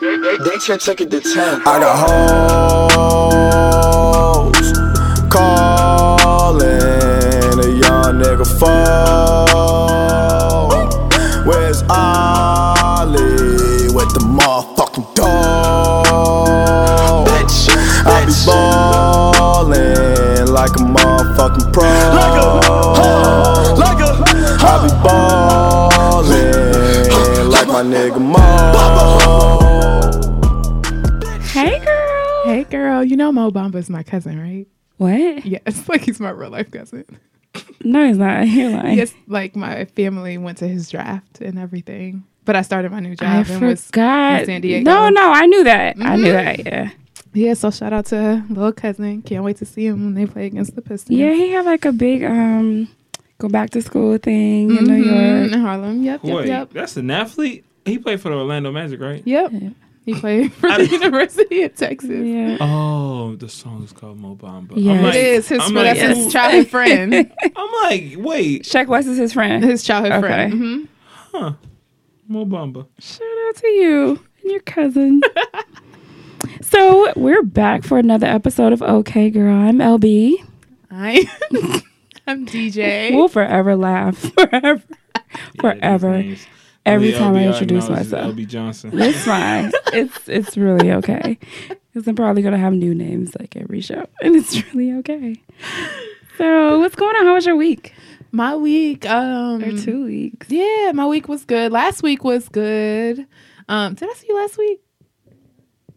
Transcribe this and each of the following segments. They, they should took it to 10. I got hoes calling a young nigga phone. Where's Ollie with the motherfucking dog? Bitch, I be bitch. ballin' like a motherfucking pro. Like a, huh, like a, I be huh. ballin' like my nigga Mo. Hey girl. Hey girl, you know Mo Bamba's my cousin, right? What? Yes, like he's my real life cousin. No, he's not. You're lying. Yes, like my family went to his draft and everything. But I started my new job I and was forgot. in San Diego. Mm-hmm. No, no, I knew that. I knew that. Yeah. Yeah, so shout out to little cousin. Can't wait to see him when they play against the Pistons. Yeah, he had like a big um go back to school thing in New Mhm, York. in Harlem. Yep, yep, Wait, yep. that's an athlete. He played for the Orlando Magic, right? Yep. He played for I the didn't- University of Texas. Yeah. Oh, the song is called Mo Bamba. I'm Yes. like- It is his I'm friend. like, That's his who- childhood friend. I'm like, wait, Shaq West is his friend. His childhood Okay. friend. hmm Mo Bamba. Shout out to you and your cousin. so we're back for another episode of Okay Girl. I'm LB. I, I'm DJ. We'll forever laugh. Forever. Forever. Every time I introduce myself. LB Johnson. It's fine. It's it's really okay. Because I'm probably gonna have new names like every show, and it's really okay. So what's going on? How was your week? My week. Um, Or two weeks? Yeah, my week was good. Last week was good. Um, did I see you last week?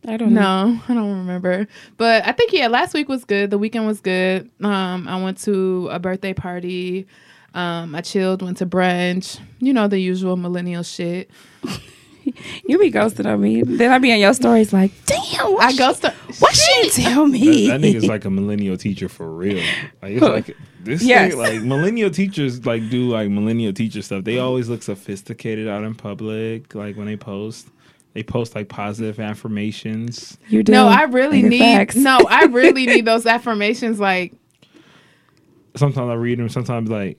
I Mm-hmm. don't know. No, I don't remember. But I think yeah, last week was good. The weekend was good. Um, I went to a birthday party. Um, I chilled, went to brunch. You know the usual millennial shit. You be ghosted on me. Then I be on your stories like, damn. What I ghosted. What she didn't tell me? That, that nigga's like a millennial teacher for real. Like it's like this Yes. thing, like millennial teachers like do like millennial teacher stuff. They always look sophisticated out in public, like when they post. They post like positive affirmations. you do. No, I really Your need. facts. No, I really need those affirmations. Like Sometimes I read them, sometimes like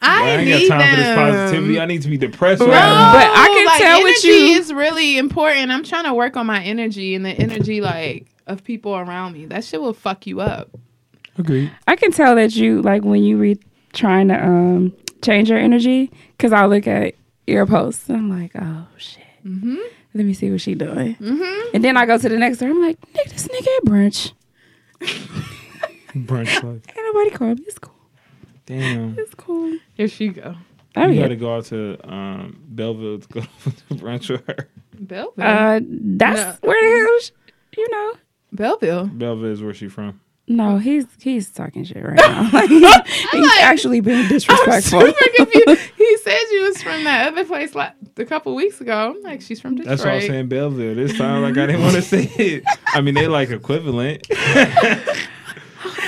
I, I ain't need got time them. for this positivity. I need to be depressed. Bro. Right. But I can like, tell with energy you- is really important. I'm trying to work on my energy and the energy like of people around me. That shit will fuck you up. Agreed. I can tell that you like when you re trying to um change your energy because I look at your posts. I'm like, oh shit. Mm-hmm. Let me see what she doing. And then I go to the next door. I'm like, nigga, this nigga at brunch. Brunch like Ain't nobody call me. It's cool. damn. It's cool. Here she go. Oh you yeah. gotta go out to um, Belleville to go to brunch with her. Belleville. Uh, that's No. where the hell, sh- you know. Belleville. Belleville is where she from. No, he's he's talking shit right now. Like, he's actually being I'm disrespectful. super confused. he said you was from that other place like a couple weeks ago. I'm like, she's from Detroit. That's why I'm saying Belleville. This time, like I didn't want to say it. I mean, they like equivalent.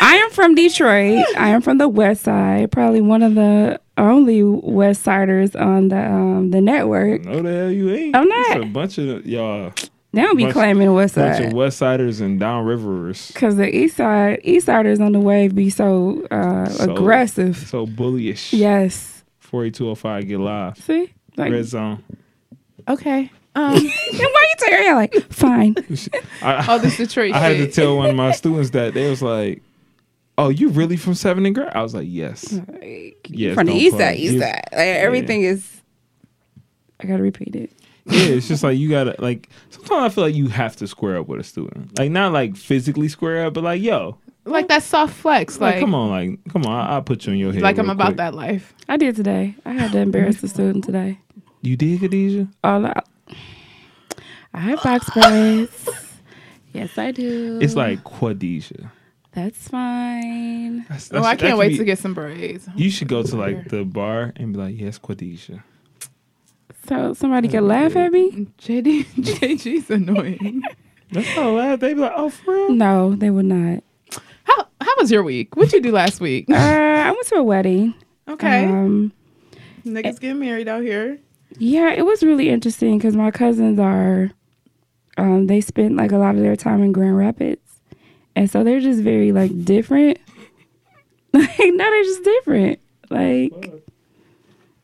I am from Detroit. I am from the West Side. Probably one of the only West Siders on the um, the network. No, the hell you ain't. I'm It's a not. bunch of y'all, They don't be Bunch- claiming West bunch of Side West Siders and downriverers. because the East Side East Siders on the wave be so, uh, So- aggressive. So bullyish. Yes. 48205 get live. See. Like, Red and zone. Okay. Um, why you tell her? like, fine. I, oh, this Detroit I had to shit. tell one of my students that they was like, "Oh, you really from Seven and Ground?" I was like, "Yes." Yes, from the don't East play. Side, East You- Side. Like, everything is. I gotta repeat it. yeah, it's just like you gotta like. Sometimes I feel like you have to square up with a student, like not like physically square up, but like yo, like that soft flex. like, Like, come on, like come on, I, I'll put you in your head. Like I'm real about quick. that life. I did today. I had to embarrass the student today. You did, Khadijah? all out. I have box braids. yes, I do. Mm-hmm. It's like Quadesia. that's fine. That's, that's- Oh, I that can't could wait be- to get some braids. You should go to like the bar and be like, "Yes, Quadesia." So somebody could laugh at me? JD, JG's annoying. That's not loud. They be like, "Oh, for real?" No, they would not. How how was your week? What'd you do last week? Uh, I went to a wedding. Okay, Um, niggas getting married out here. yeah, it was really interesting because my cousins are, um, they spent like a lot of their time in Grand Rapids, and so they're just very like different. Like now they're just different. Like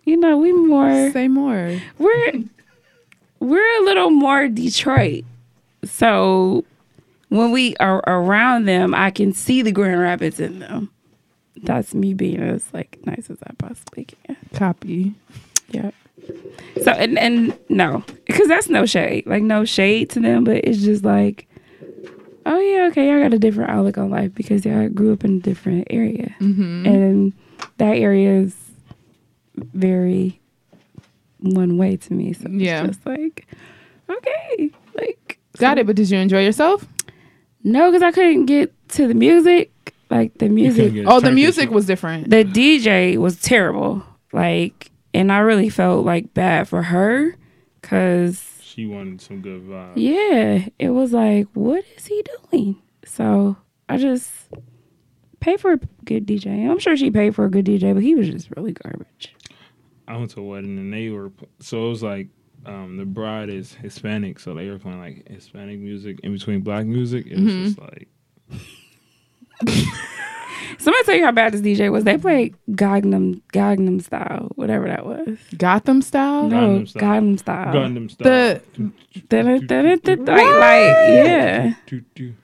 you know, we more Say more. we're we're a little more Detroit. So when we are around them, I can see the Grand Rapids in them. That's me being as like nice as I possibly can. Copy. Yeah. So and and no, because that's no shade, like no shade to them, but it's just like, oh yeah, okay, y'all got a different outlook on life because y'all grew up in a different area, Mm-hmm. and that area is very one way to me. So Yeah. it's just like, okay, like Got it. But did you enjoy yourself? no, because I couldn't get to the music, like the music Oh, the music was different. the DJ was terrible. Like, and I really felt like bad for her because, She wanted some good vibes. yeah, it was like, what is he doing? So I just paid for a good DJ. I'm sure she paid for a good DJ, but he was just really garbage. I went to a wedding and they were pl- so it was like um, the bride is Hispanic, so they were playing like Hispanic music in between black music. It was Mm-hmm. just like Somebody tell you how bad this DJ was. They played Gangnam Gangnam Style, whatever that was. Gotham style. No, Gangnam Style. Gundam Gangnam Style. style. The Dun- dun- dun- dun- Like, like, yeah. Do, do.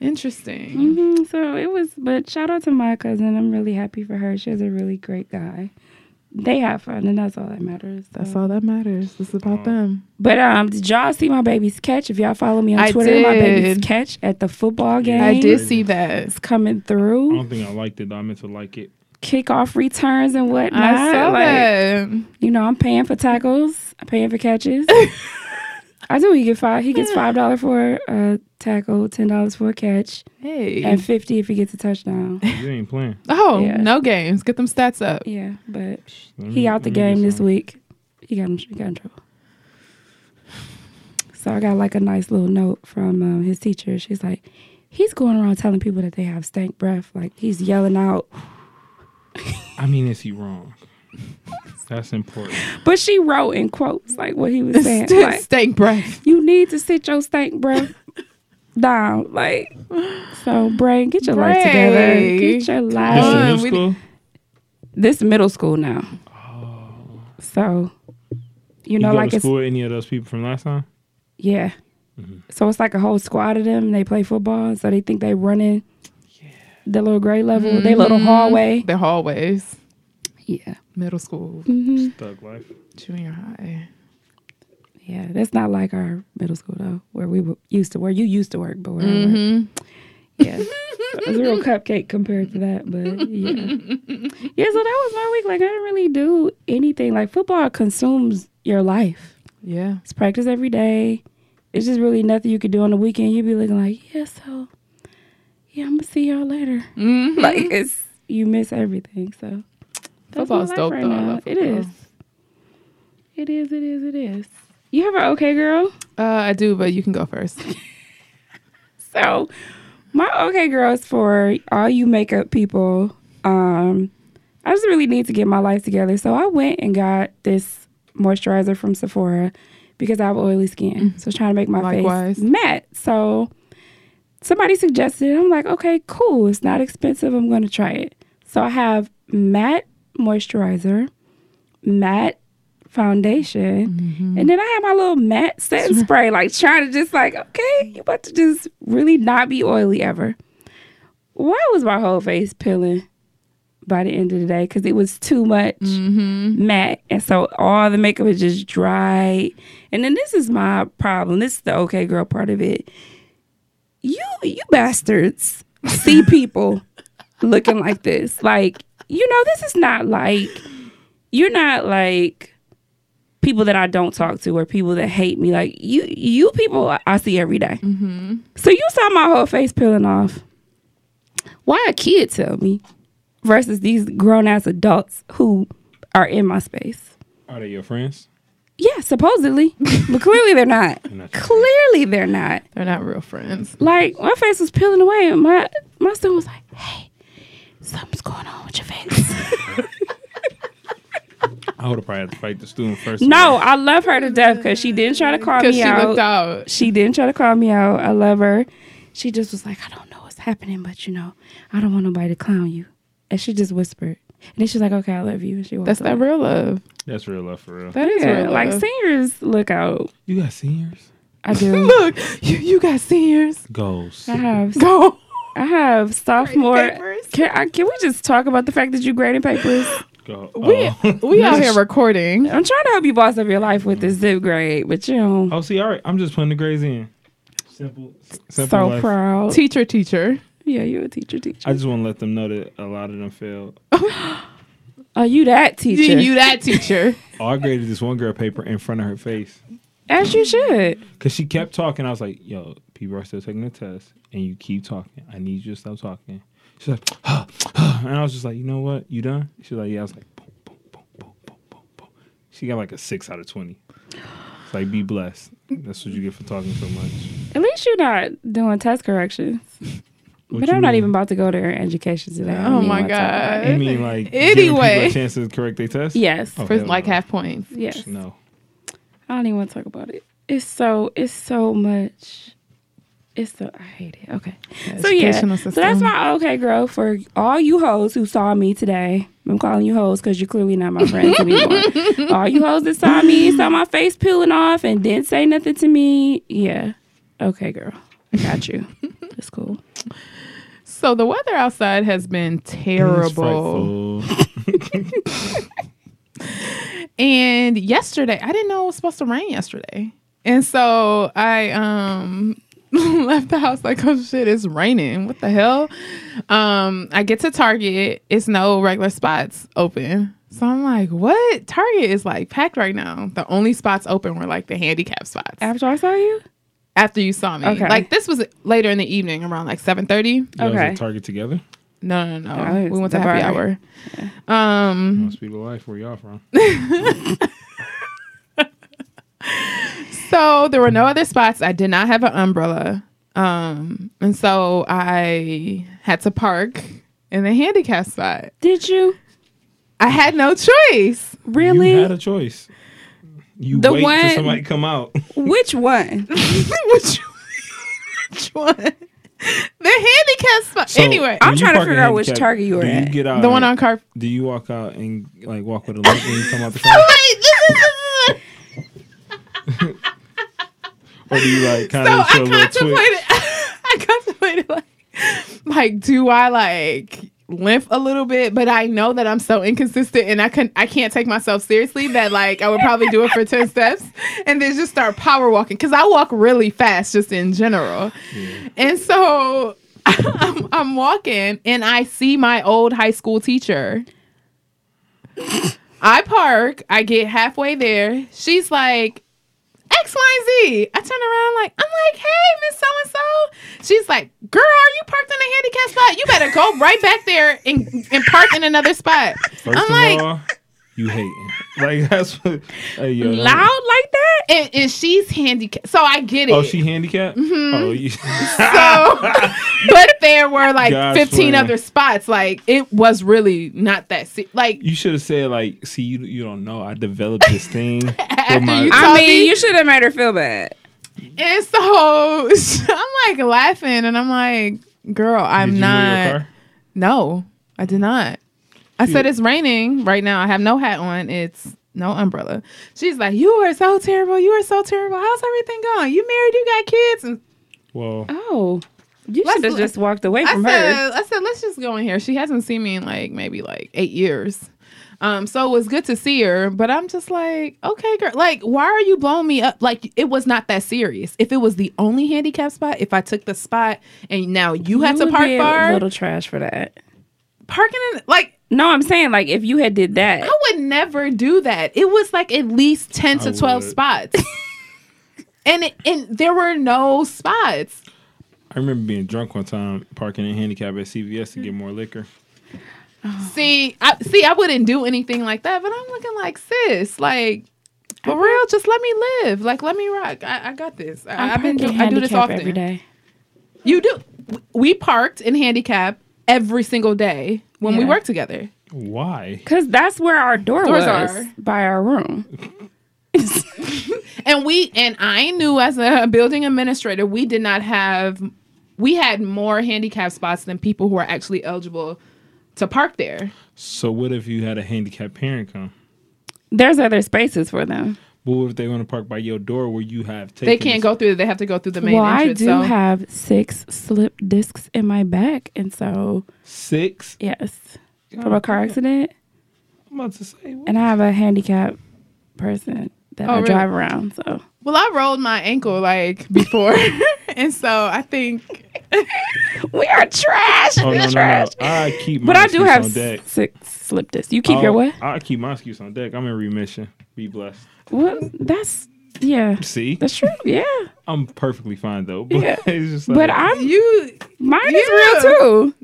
interesting. hmm So it was, but shout out to my cousin. I'm really happy for her. She has a really great guy. They have fun, and that's all that matters. so. That's all that matters. It's about them. But um, did y'all see my baby's catch? If y'all follow me on I Twitter, my baby's did. catch at the football game. I did Crazy. see that. It's coming I through. don't think I liked it. though. I meant to like it. Kickoff returns and whatnot. I saw Like, that. You know, I'm paying for tackles. I'm paying for catches. I do. He get five. He gets five dollar for a tackle, ten dollars for a catch, Hey. and fifty if he gets a touchdown. You ain't playing. Oh, Yeah. no games. Get them stats up. Yeah, but Let me- He out let me the get game this some. week. He got him. He got in trouble. So I got like a nice little note from um, his teacher. She's like, he's going around telling people that they have stank breath. Like he's yelling out. I mean, is he wrong? That's important. But she wrote in quotes like what he was saying. St- like Stank breath. you need to sit your stank breath down. Like so, Brain, get your life together. Brain, Get your This life. is on, new we- school? This middle school now. So you Oh. You know, go like to it's school with any of those people from last time? Yeah. So it's like a whole squad of them. They play football, so they think they running the little grade level, their little hallway. The hallways. Yeah, Middle school. Thug life. Junior high. yeah. That's not like our middle school though, where we were- used to where you used to work, but where I work. Yeah, so it's a real cupcake compared to that. But yeah, yeah. So that was my week. Like I didn't really do anything. Like football consumes your life. Yeah. It's practice every day. It's just really nothing you could do on the weekend. You'd be looking like, yeah, so yeah, I'm gonna see y'all later. Mhm. like it's you miss everything. So that's my Football's life dope, right though. I now. love It is. It is. It is. It is. You have an okay girl. Uh, I do, but you can go first. So my okay girl is for all you makeup people. Um, I just really need to get my life together. So I went and got this moisturizer from Sephora because I have oily skin. So I was trying to make my Likewise. face matte. So somebody suggested it. I'm like, okay, cool. It's not expensive. I'm going to try it. So I have matte moisturizer, matte foundation, and then I have my little matte setting spray, like trying to just like, okay, you about to just really not be oily ever. Why was my whole face peeling by the end of the day? Because it was too much matte, and so all the makeup is just dry. And then this is my problem. This is the okay girl part of it you you bastards see people looking like this. Like, you know, this is not like you're not like people that I don't talk to or people that hate me. Like you you people I- I see every day. Mm-hmm. So you saw my whole face peeling off. Why a kid tell me versus these grown ass adults who are in my space? Are they your friends? Yeah, supposedly. but clearly they're not. not your friends. Clearly they're not They're not real friends. like my face was peeling away and my my son was like hey something's going on with your face I would have probably had to fight the student first. no i love her to death because she didn't try to call me Because she out. looked out. she didn't try to call me out i love her she just was like i don't know what's happening but you know i don't want nobody to clown you and she just whispered And then she's like, "Okay, I love you." And she walked That's that away. real love. That's real love for real. That is Yeah, real like love. seniors look out. You got seniors? I do. Look, you, you got seniors. Goals. I have. Go. I have sophomore. Papers. Can, I, can we just talk about the fact that you graded papers? Go- We oh. we out here recording. I'm trying to help you boss up your life with this zip grade, but you know, oh, see, all right. I'm just putting the grades in. Simple. s- so simple life. proud. Teacher, teacher. yeah, you a teacher, teacher. I just want to let them know that a lot of them failed. Are Oh, you that teacher? You that teacher. Oh, I graded this one girl paper in front of her face As you should. because she kept talking. I was like, "Yo, people are still taking the test, and you keep talking. I need you to stop talking." She's like, and I was just like, "You know what? You done?" She's like, "Yeah." I was like, boom, boom, boom, boom, boom, boom, boom. She got like a six out of twenty. It's like, be blessed. That's what you get for talking so much. At least you're not doing test corrections. What but you I'm not mean? even about to go there in education today. I don't Oh even my wanna talk about God. it. You mean like giving Anyway. people a chance to correct their test? Yes. Oh, For hell like no. half points. Yes. No. I don't even want to talk about it. It's so it's so much. It's so I hate it. Okay. So yeah. Educational So that's system. my okay girl for all you hoes who saw me today. I'm calling you hoes because you're clearly not my friends anymore. all you hoes that saw me, saw my face peeling off and didn't say nothing to me. Yeah. Okay, girl. I got you. It's cool. So the weather outside has been terrible. It's frightful. And yesterday, I didn't know it was supposed to rain yesterday. And so I um left the house like, oh shit, it's raining. What the hell? Um, I get to Target, it's no regular spots open. So I'm like, what? Target is like packed right now. The only spots open were like the handicap spots. After I saw you? After you saw me. Okay. Like this was later in the evening, around like seven thirty. Y'all was Okay. at Target together. No, no, Oh, no. it's we went to that happy far. hour. Um Must be the life. Where y'all from? So there were no other spots. I did not have an umbrella. Um, and so I had to park in the handicap spot. Did you? I had no choice. Really? You had a choice. You The wait one- till somebody come out. Which one? which, which one? The handicap spot. anyway, I'm when you trying to park in figure out which handicap, Target you were do at. You get out the one and- on car. Do you walk out and like walk with a limp when you come out the car, Wait, this is- or do you like kind so of I show a little twitch? contemplated. I contemplated like, like, do I like limp a little bit? But I know that I'm so inconsistent, and I can I can't take myself seriously. That like I would probably do it for ten steps, and then just start power walking because I walk really fast just in general, and so. I'm, I'm walking and I see my old high school teacher. I park, I get halfway there. She's like, X, Y, and Z. I turn around like I'm like, hey, Miss So and So. She's like, girl, are you parked in a handicap spot? You better go right back there and, and park in another spot. First I'm of like, all, you hating. Like that's what. Hey, yo, don't- loud like that, and, and she's handicapped, so I get it. Oh, she handicapped. Mm-hmm. Oh, you, so, but there were like God's 15 plan. other spots. Like it was really not that. Se- like you should have said like, see, you you don't know. I developed this thing. for Oh my, you- I Toby? mean, you should have made her feel bad. and so I'm like laughing, and I'm like, girl, I'm Did you move your not. car? No, I did not. I said Yeah. it's raining right now. I have no hat on. It's no umbrella. She's like, "You are so terrible. You are so terrible. How's everything going? You married? You got kids?" And Well, Oh. You Let's should have look- just walked away I from her. said, "I said let's just go in here. She hasn't seen me in like maybe like eight years." Um, so it was good to see her, but I'm just like, okay, girl, like, why are you blowing me up? Like, it was not that serious. If it was the only handicap spot, if I took the spot and now you, have to would park be far, a little trash for that. parking in, like, No, I'm saying like if you had did that, I would never do that. It was like at least 10 to I 12 would. spots. and and there were no spots. I remember being drunk one time, parking in handicap at CVS to get more liquor. See, I see I wouldn't do anything like that, but I'm looking like sis, like for real, just let me live. Like let me rock. I, I got this. I, have been do, I do this often. every day. You do we parked in handicap every single day when we Yeah. worked together. Why? Cause that's where our door Doors was are. by our room. And we and I knew as a building administrator, we did not have we had more handicap spots than people who are actually eligible to park there. So what if you had a handicapped parent come? There's other spaces for them. But what if they want to park by your door where you have taken? They can't this- go through. They have to go through the main Well, I entrance. do so. have six slip discs in my back, and so six. yes, from a car accident, I'm about to say. What? and I have a handicapped person that Oh, I really? drive around. So well, I rolled my ankle like before, and so I think we are trash. Oh no, we are no, no! trash. I keep. My But I do excuse have on deck. s- six slip discs. You keep your Oh. I'll- what? I keep my excuse on deck. I'm in remission. Be blessed. Well, that's yeah. See, That's true. Yeah, I'm perfectly fine though. But Yeah. it's just like, but I'm you. mine Yeah. is real too.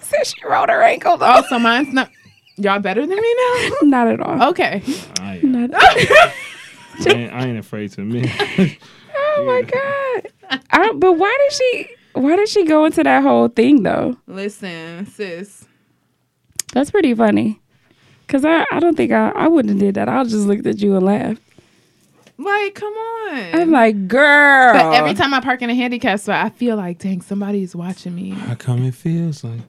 Since she rolled her ankle, though. Oh, so mine's not. Y'all better than me now. Not at all. Okay. I, ain't- Not at all. I ain't, I ain't afraid to admit. it. Oh my god! I don't, but why did she? Why did she go into that whole thing though? Listen, sis. That's pretty funny. Cause I, I don't think I, I wouldn't have did that. I just looked at you and laughed. Like, come on. I'm like, girl. but every time I park in a handicap spot, I feel like, dang, somebody's watching me. How come it feels like?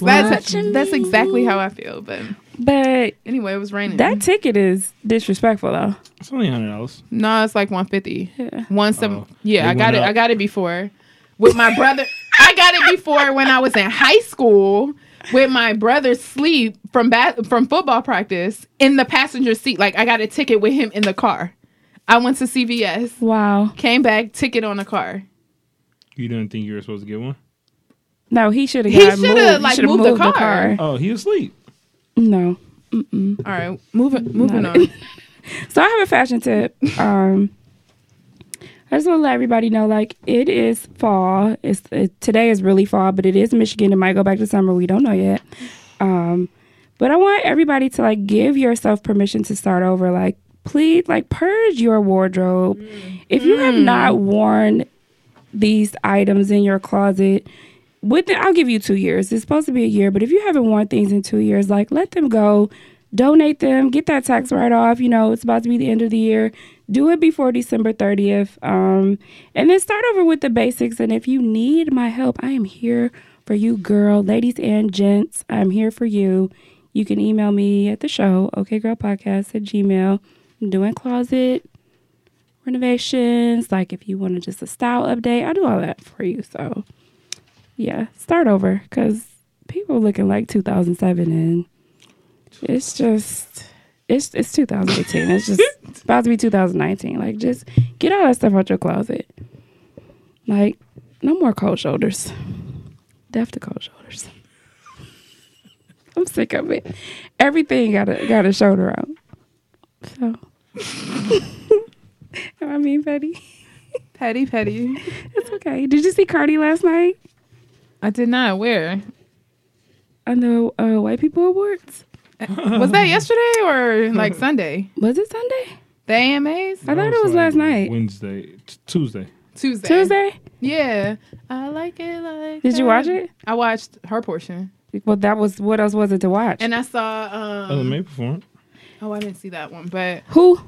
Somebody's that's, watching that's me. exactly how I feel. But But anyway, it was raining. that ticket is disrespectful though. It's only hundred dollars. no, it's like one fifty. Yeah. One seven. Oh. yeah, They I got went it. up. I got it before with my brother. I got it before when I was in high school with my brother's sleep from bat from football practice in the passenger seat. Like I got a ticket with him in the car. I went to CVS, Wow. came back, ticket on the car. You didn't think you were supposed to get one? No, he should have. He shoulda, like, shoulda moved the car. Oh, he asleep. No. All right, moving moving Not on. So I have a fashion tip. Um, I just want to let everybody know, like it is fall. It's it, today is really fall, but it is Michigan. It might go back to summer. We don't know yet. Um, but I want everybody to like give yourself permission to start over. Like please, like purge your wardrobe. If you Mm. have not worn these items in your closet. Within, I'll give you two years. It's supposed to be a year, but if you haven't worn things in two years, like let them go, donate them, get that tax write off. You know, it's about to be the end of the year. Do it before December 30th. Um, and then start over with the basics. And if you need my help, I am here for you, girl, ladies and gents. I'm here for you. You can email me at the show, okgirlpodcast at gmail. I'm doing closet renovations, like if you wanted just a style update, I do all that for you. So, yeah, start over because people looking like 2007 and it's just it's it's 2018. It's just it's about to be 2019. Like, just get all that stuff out your closet. Like, no more cold shoulders. Deaf to cold shoulders. I'm sick of it. Everything got a got a shoulder out. So, am I mean, Betty? Petty, petty. It's okay. Did you see Cardi last night I did not. Where on the uh, White People Awards? was that yesterday or like Sunday? Was it Sunday? The AMAs I thought it was last night. Wednesday, t- Tuesday. Tuesday. Tuesday? Yeah, I like it. Like Did you that. watch it? I watched her portion, Well, that was what else was it to watch? and I saw. um LMA performed. Oh, I didn't see that one, but Who?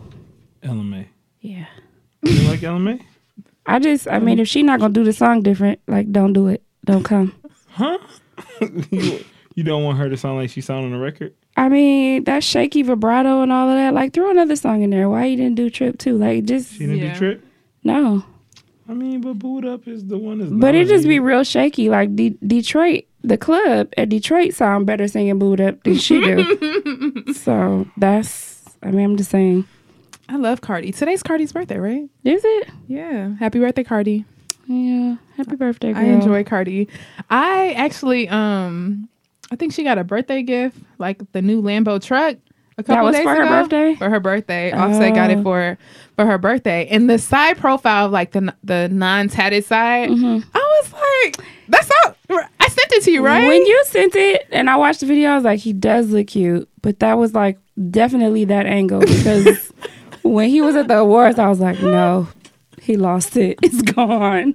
LMA. Yeah. You like LMA? I just, I mean, if she not gonna do the song different, like, don't do it. Don't come. Huh? you, you don't want her to sound like she sound on the record? I mean, that shaky vibrato and all of that. Like, throw another song in there. Why you didn't do Trip too? Like, just She didn't Yeah. do trip. no. I mean, but boot up is the one that's. But it just be nominated. real shaky. Like De- Detroit, the club at Detroit sound better singing "Boot Up" than she do. so that's. I mean, I'm just saying. I love Cardi. Today's Cardi's birthday, right? Is it? Yeah. Happy birthday, Cardi. Yeah. Happy birthday, girl. I enjoy Cardi. I actually, um, I think she got a birthday gift, like the new Lambo truck. A couple was days for her ago. birthday? For her birthday, Offset got Oh. it for for her birthday. And the side profile, like the the non tatted side, I was like, that's all. I sent it to you, right? Mm-hmm. When you sent it and I watched the video, I was like, he does look cute. But that was like definitely that angle because when he was at the awards, I was like, no, he lost it. It's gone.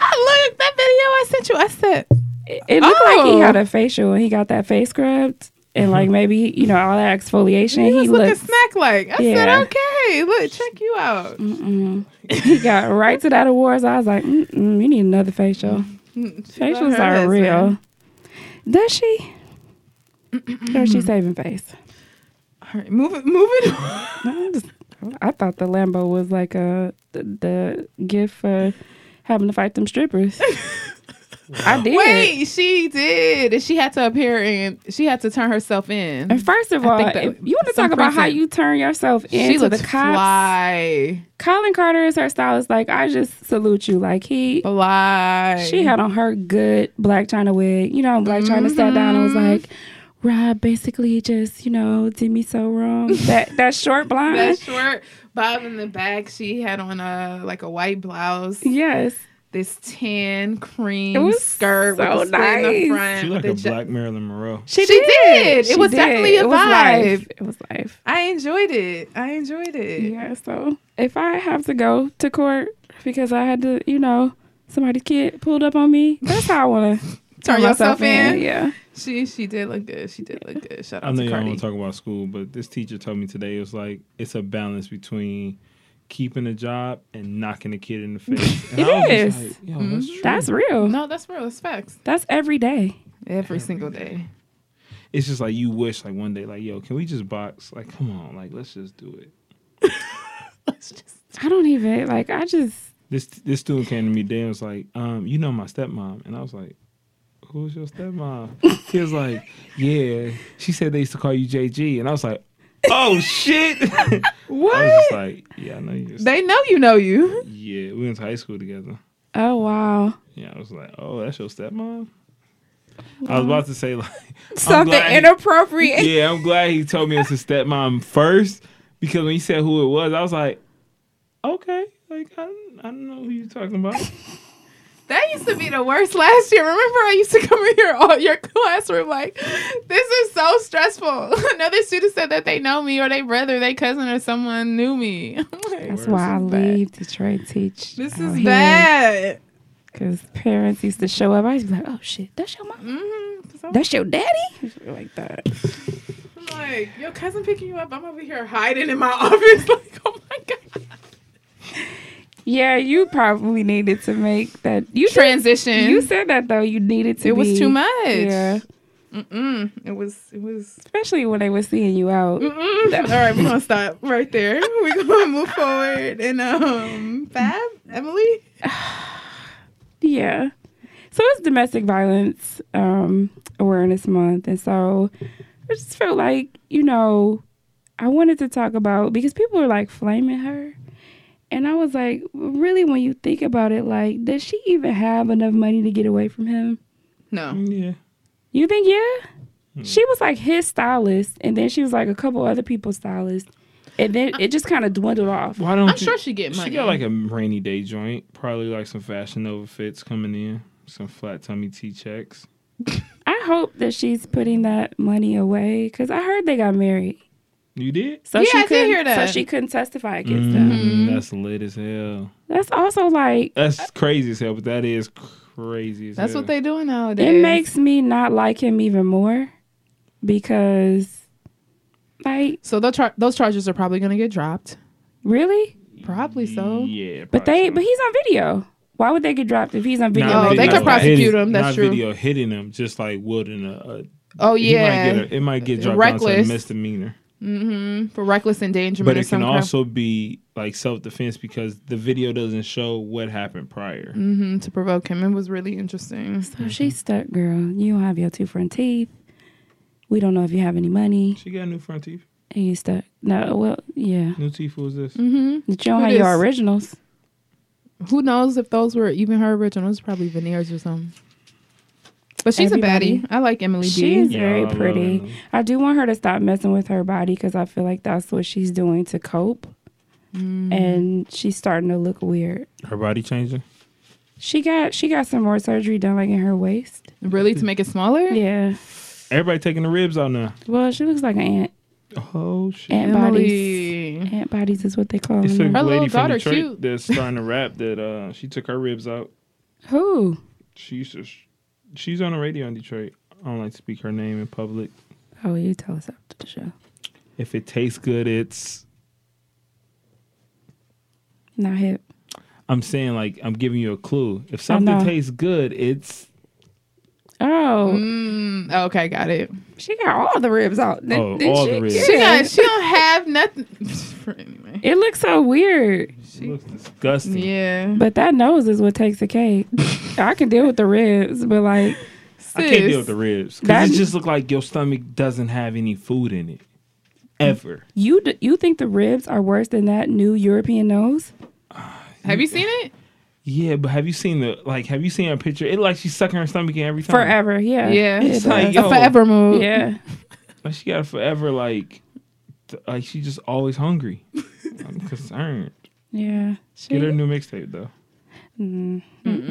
I looked that video I sent you. I said, It, it looked like he Oh. Mm-hmm. had a facial and he got that face scrubbed and like maybe, you know, all that exfoliation. he, He, was looking looked, snack like. I Yeah. Mm, said, okay, look, check you out. mm-hmm. he got right to that awards. I was like, Mm-mm, you need another facial. Mm, she love Facials her are husband. real. Does she? Or she's saving face. All right, moving, moving. on. I just- I thought the Lambo was like a the, the gift for having to fight them strippers. I did. Wait, she did. And She had to appear in. She had to turn herself in. And first of I all, think that if you want to some talk about how person- you turn yourself She into looked the cops. fly, Colin Carter is her stylist. Like I just salute you. Like he, fly. she had on her good Black China wig. You know, Black China sat down and was Mm-hmm. like, "Rob basically just you know did me so wrong." That that short blonde. that short bob in the back. She had on a like a white blouse, yes, this tan cream It was skirt so with a slit in nice. the front. She like with a the ja- black Marilyn Monroe. She did. It She was definitely a It was life. vibe. It was life. I enjoyed it. I enjoyed it. Yeah, so if I have to go to court because I had to, you know, somebody's kid pulled up on me, that's how I want to Turn yourself in. Yeah. She she did look good. She did look good. Shout out I know to y'all Cardi. want to talk about school, but this teacher told me today it was like it's a balance between keeping a job and knocking a kid in the face. And It I was just is. Like, Yo, that's true. That's real. Mm. no, Mm-hmm. that's real. It's facts. That's every day. Every single day. It's just like you wish like one day like yo, can we just box? Like come on, like let's just do it. Let's just I don't even, like, I just, This this student came to me today and was like, um, you know my stepmom, and I was like. Who's your stepmom? He was like, Yeah. She said they used to call you JG. And I was like, Oh shit. I was what? just like, Yeah, I know you. They know you know you. Yeah, we went to high school together. oh, wow. Yeah, I was like, oh, that's your stepmom. I was about to say like I'm Something glad he- inappropriate. yeah, I'm glad he told me it's his stepmom first because when he said who it was, I was like, okay, like I, I don't know who you're talking about. That used to be the worst last year. Remember, I used to come in here all your classroom like, this is so stressful. Another student said that they know me or they brother, they cousin, or someone knew me. I'm like, That's This why I is bad. leave Detroit Teach. this is bad. Because parents used to show up. I used to be like, oh, shit, that's your mom? Mm-hmm. So, That's your daddy? Like that. I'm like, your cousin picking you up. I'm over here hiding in my office. Like, oh my god. Yeah, you probably needed to make that. You did- Transition. You said that though. You needed to. it was be- too much. Yeah, Mm-mm. It was. It was. especially when they were seeing you out. Mm-mm. All right, we're gonna stop right there. We're gonna move forward. And um, Fab, Emily, Yeah. So it's domestic violence um, awareness month, and so I just felt like you know I wanted to talk about because people are like flaming her, and I was like, really, when you think about it, like, does she even have enough money to get away from him? no. Yeah, You think yeah? She was like his stylist, and then she was like a couple other people's stylists, and then it just kind of dwindled off. why don't I'm you- sure she get money. She got like a rainy day joint, probably like some fashion overfits coming in, some flat tummy T checks. I hope that she's putting that money away because I heard they got married. You did? So Yeah, she I did couldn't- hear that. So she couldn't testify against Mm-hmm. them. Mm, that's lit as hell. That's also like That's crazy as hell, but that is crazy as Uh, That's hell. what they doing nowadays. it makes me not like him even more because, like, so those char- those charges are probably gonna get dropped. really? Probably so. Yeah, But probably they, so. but he's on video. Why would they get dropped if he's on video? Not Oh, they video, could like prosecute hitting- him, that's not true. Video hitting him just like would in a. a Oh he might yeah, get a- it might get dropped down Reckless. to a misdemeanor, mm-hmm. for reckless endangerment. but or it can some crap. also be like self defense because the video doesn't show what happened prior. hmm to provoke him. It was really interesting. So she's stuck, girl. You don't have your two front teeth. We don't know if you have any money, She got new front teeth. and you stuck. No, well, yeah. New teeth was this? Mm-hmm. You don't Who have your dis- originals. Who knows if those were even her originals? Probably veneers or something. But she's Everybody- a baddie. I like Emily She B. is Yeah, I very love pretty. Emily. I do want her to stop messing with her body because I feel like that's what she's doing to cope, Mm. and she's starting to look weird. Her body changing. She got she got some more surgery done, like in her waist. Really to make it smaller? Yeah. Everybody taking the ribs out now. Well, she looks like an ant. Oh shit! Ant bodies. Emily. Ant bodies is what they call It's a them. Her lady little from daughter Detroit cute. that's trying to rap that uh, she took her ribs out. Who? She's just she's on the radio in Detroit. I don't like to speak her name in public. Oh, you tell us after the show. If it tastes good, it's Not hip. I'm saying like I'm giving you a clue. If something know. tastes good, it's Oh, Mm, okay, got it. She got all the ribs out. Did- Oh, did all she? the ribs. She, Yeah. got, she don't have nothing. For anyway. It looks so weird, She looks disgusting. Yeah. but that nose is what takes the cake. I can deal with the ribs, but like I can't deal Sis. with the ribs because That- it just look like your stomach doesn't have any food in it ever. you, d- you think the ribs are worse than that new European nose? Have you seen it? Yeah, but have you seen the like? Have you seen a picture? It like she's sucking her stomach in every time. Forever, yeah, Yeah. It It's like, oh. does. yo. A forever move. yeah. Like she got a forever like, th- like she just always hungry. I'm concerned. Yeah. She, Get her a new mixtape though. Mm, no, I'm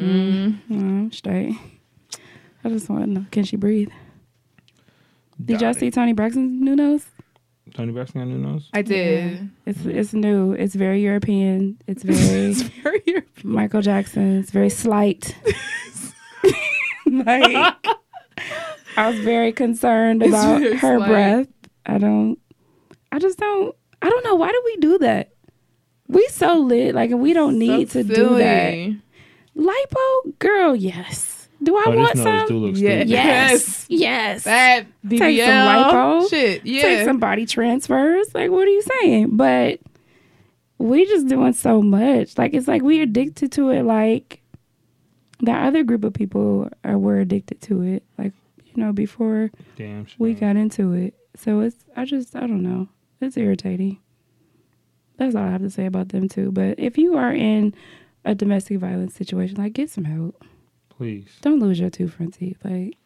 Mm-hmm. straight. I just want to know can she breathe? Did y'all Got see it. Tony Braxton's new nose? Tony Braxton got a new nose? I did. It's Mm-hmm. it's new. It's very European. It's very It's very European. Michael Jackson. It's very slight. like I was very concerned It's about very her slight. breath. I don't. I just don't. I don't know. Why do we do that? We so lit. Like and we don't need So to do silly. that. Lipo girl, yes. Do I oh, want this nose some? do look Yeah. stupid. Yes. Yes. That DBL lipo. shit. Yeah. Take some body transfers. Like, what are you saying? But we just doing so much. Like, it's like we addicted to it. Like the other group of people are were addicted to it. Like, you know, before Damn. Sure. we got into it. So it's. I just. I don't know. It's irritating. That's all I have to say about them too. But if you are in a domestic violence situation, like get some help. Please. Don't lose your two front teeth. Like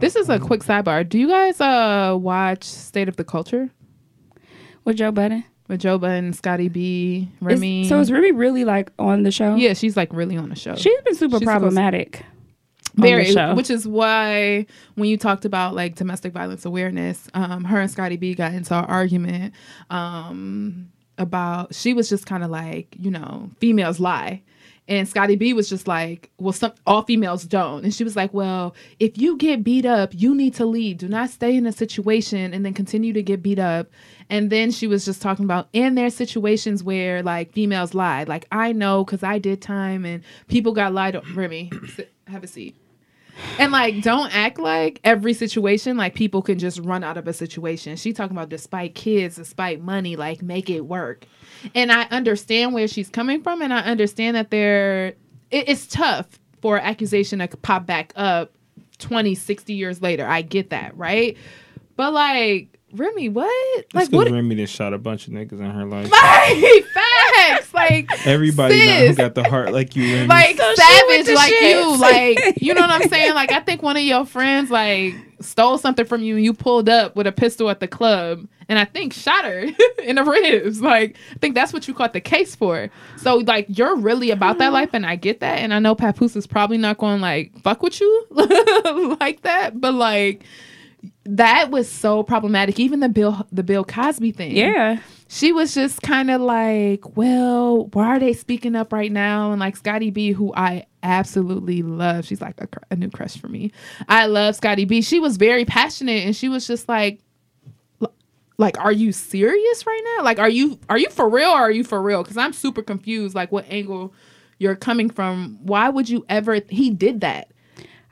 This is a quick sidebar. Do you guys uh watch State of the Culture with Joe Budden. with Joe Budden, Scotty B, Is- Remy? so is Remy really like on the show? yeah, she's like really on the show. She's been super She's supposed- problematic. on the very, show. which is why when you talked about like domestic violence awareness, um, her and Scotty B got into an argument um, about she was just kind of like you know females lie. And Scotty B was just like, well, some all females don't. And she was like, well, if you get beat up, you need to leave. Do not stay in a situation and then continue to get beat up. And then she was just talking about, and there's situations where like females lie. Like I know because I did time and people got lied on. Remy, sit, have a seat. And like, don't act like every situation, like people can just run out of a situation. She talking about despite kids, despite money, like make it work. And I understand where she's coming from, and I understand that there, it, it's tough for an accusation to pop back up 20, 60 years later. I get that, right? But like, Remy, what? Like Like, what? Remy done shot a bunch of niggas in her life. Like, facts. Like, Everybody now who sis got the heart like you, Remy. like she with savage the like shit. you like you know what i'm saying like i think one of your friends like stole something from you and you pulled up with a pistol at the club and i think shot her in the ribs like i think that's what you caught the case for so like you're really about that life and i get that and i know papoose is probably not going to like fuck with you like that but like that was so problematic even the bill the bill cosby thing Yeah. she was just kind of like, well, why are they speaking up right now? And like Scotty B, who I absolutely love, she's like a, cr- a new crush for me. I love Scotty B. She was very passionate, and she was just like, l- like, are you serious right now? Like, are you are you for real? or Are you for real? Because I'm super confused. Like, what angle you're coming from? Why would you ever? He did that.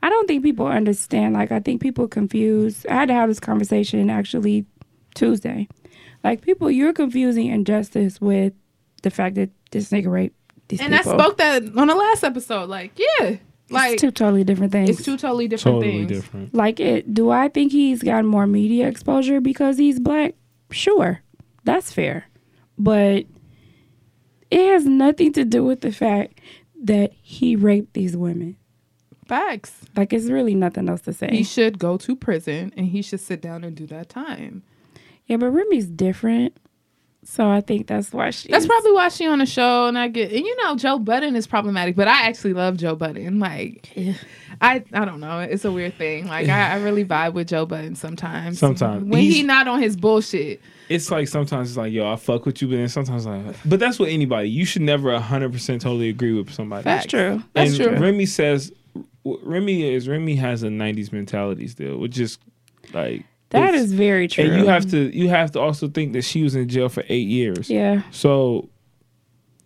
I don't think people understand. Like, I think people confuse. I had to have this conversation actually Tuesday. Like, people, you're confusing injustice with the fact that this nigga raped these And people. I spoke that on the last episode. Like, yeah, like it's two totally different things. it's two totally different totally things. different. like it do i think he's got more media exposure because he's black sure that's fair but it has nothing to do with the fact that he raped these women Facts. like it's really nothing else to say He should go to prison and he should sit down and do that time. yeah but remy's different so i think that's why she That's probably why she on the show and I get and you know Joe Budden is problematic, but I actually love Joe Budden. Like I I don't know. It's a weird thing. Like I, I really vibe with Joe Budden sometimes. Sometimes. When he He's- not on his bullshit. It's like sometimes it's like, yo, I fuck with you, but then sometimes like, but that's what anybody. You should never hundred percent totally agree with somebody. Facts. that's true That's and true. Remy says, w- Remy is Remy has a '90s mentality still, which is like that it's- is very true And you have to you have to also think that she was in jail for eight years. yeah So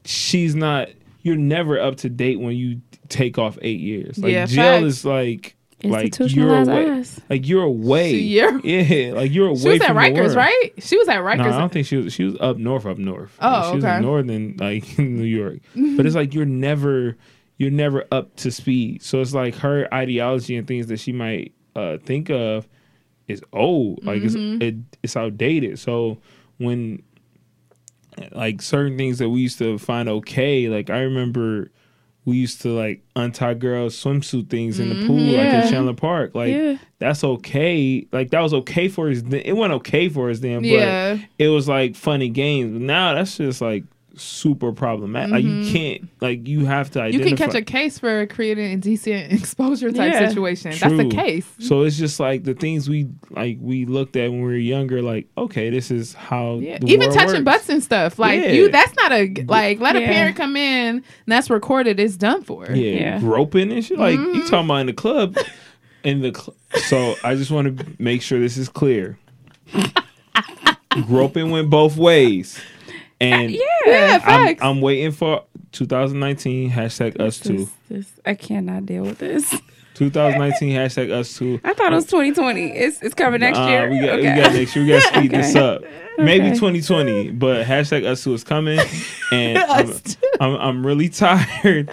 she's not. You're never up to date when you take off eight years. Like Yeah, jail facts. is like Like you're Institutionalized away. eyes. Like you're away. Yeah. Yeah. Like you're away She was from at the Rikers, world. right? She was at Rikers. No, I don't think she was. She was up north, up north. Oh, Like, she was okay. Mm-hmm. in northern, like New York. But it's like you're never, you're never up to speed. So it's like her ideology and things that she might uh, think of is old. Like Mm-hmm. it's it, it's outdated. So when like certain things that we used to find okay, like I remember we used to like untie girls swimsuit things in Mm-hmm. the pool, like Yeah. in Chandler Park. Like Yeah. that's okay. Like that was okay for us. Then. It wasn't okay for us then, but Yeah. it was like funny games. But now that's just like super problematic. Like you can't. Like you have to Mm-hmm. you identify. can catch a case for creating indecent exposure type Yeah. situation. That's True. the case. So it's just like the things we like we looked at when we were younger. Like okay, this is how Yeah. the Even world touching works. butts and stuff. Like Yeah. you that's not a like let a Yeah. parent come in and that's recorded, it's done for. yeah, Yeah. groping and shit. Like Mm-hmm. you talking about in the club, in the cl- so I just want to make sure this is clear. groping went both ways, and Uh, Yeah, I'm, facts. I'm waiting for 2019 hashtag us two. This, this, I cannot deal with this. 2019 hashtag us two. I thought it was 2020. It's it's coming next Uh, year. we got okay. we got next year. We got to speed this Okay. up. Maybe Okay. 2020, but hashtag us two is coming, and I'm, Us I'm I'm really tired.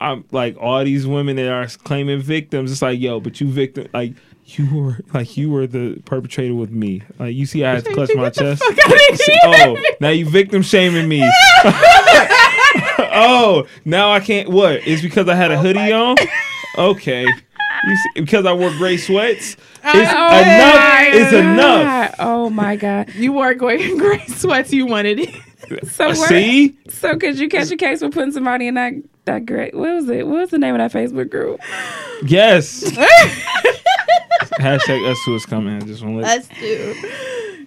I'm like all these women that are claiming victims. It's like yo, but you victim like you were like you were the perpetrator with me. Like you see, I had to clutch my chest. oh, now you victim shaming me. oh, now I can't. What? It's because I Oh had a hoodie on. Okay. You see, because I wore gray sweats. It's Oh enough. my It's enough. God. Oh my god. You wore gray, gray sweats, you wanted it. So we're- Uh, See, So could you catch a case for putting somebody in that that great? What was it? What was the name of that Facebook group? yes. Hashtag us who is coming. I just want to let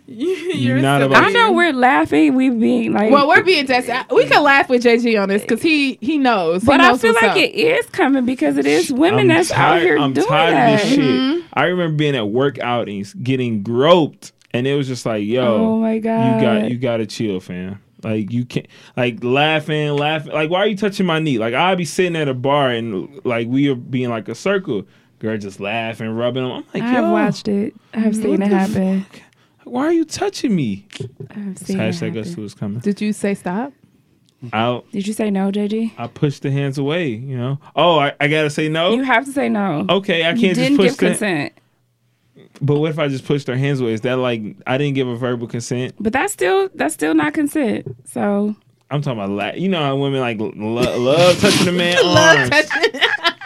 You're not silly. about- I know we're laughing. We being like. Well, we're being tested. We can laugh with JG on this because he he knows. He but I knows feel what's like up. it is coming because it is women I'm that's out tired- here I'm doing tired that. Mm-hmm. of this shit. I remember being at work outings, getting groped, and it was just like, yo, Oh my god. you got you got to chill, fam. Like you can't like laughing, laughing. Like why are you touching my knee? Like I'll be sitting at a bar and like we are being like a circle. Girl just laughing, rubbing. 'em. I'm like, I yo, have watched it. I have seen it Oh. the happen. why are you touching me? I have seen it Hashtag happen. us who is coming. Did you say stop? I'll Did you say no, JG? I push the hands away. You know. Oh, I, I gotta say no. You have to say no. okay, I You can't just didn't push give the. consent, But what if I just push their hands away? Is that like I didn't give a verbal consent? but that's still that's still not consent. So I'm talking about la- you know how women like lo- love touching a man arms.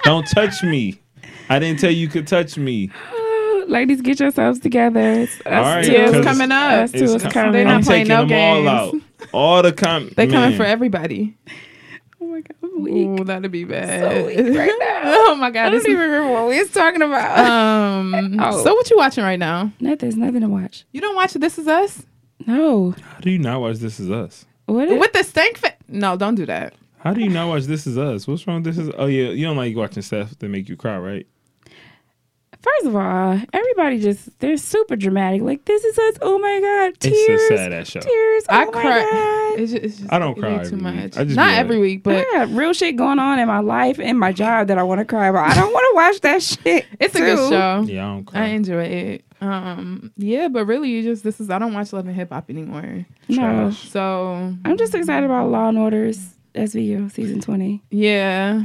Don't touch me. I didn't tell you you could touch me. uh, ladies, get yourselves together. It's us All right, two. It's Because coming up. us two is com- coming. They're I'm not playing taking no them all out. games. All the com- They coming man. for everybody. oh my god, I'm weak. Ooh, that'd be bad. so weak right now. oh my god. I This don't is, even remember what we was talking about. um. Oh. So what you watching right now? nothing, there's nothing to watch. You don't watch This Is Us No, How do you not watch This Is Us? what? Is, with the stank? Fa- no, don't do that. How do you not watch This Is Us? What's wrong with This Is Oh, yeah. You don't like watching stuff that make you cry, right? first of all, everybody just they're super dramatic. Like this is us. Oh my god, tears, It's a sad ass show. tears. Oh I my cry. God. It's just, it's just, I don't it cry be every too week. much. I just Not be like- every week, but I got real shit going on in my life and my job that I want to cry about. I don't want to watch that shit. it's a good too. show. Yeah, I don't cry. I enjoy it. Um, yeah, but really, you just this is I don't watch Love and Hip Hop anymore. No, Trash. So I'm just excited about Law and Orders SVU season 20. yeah,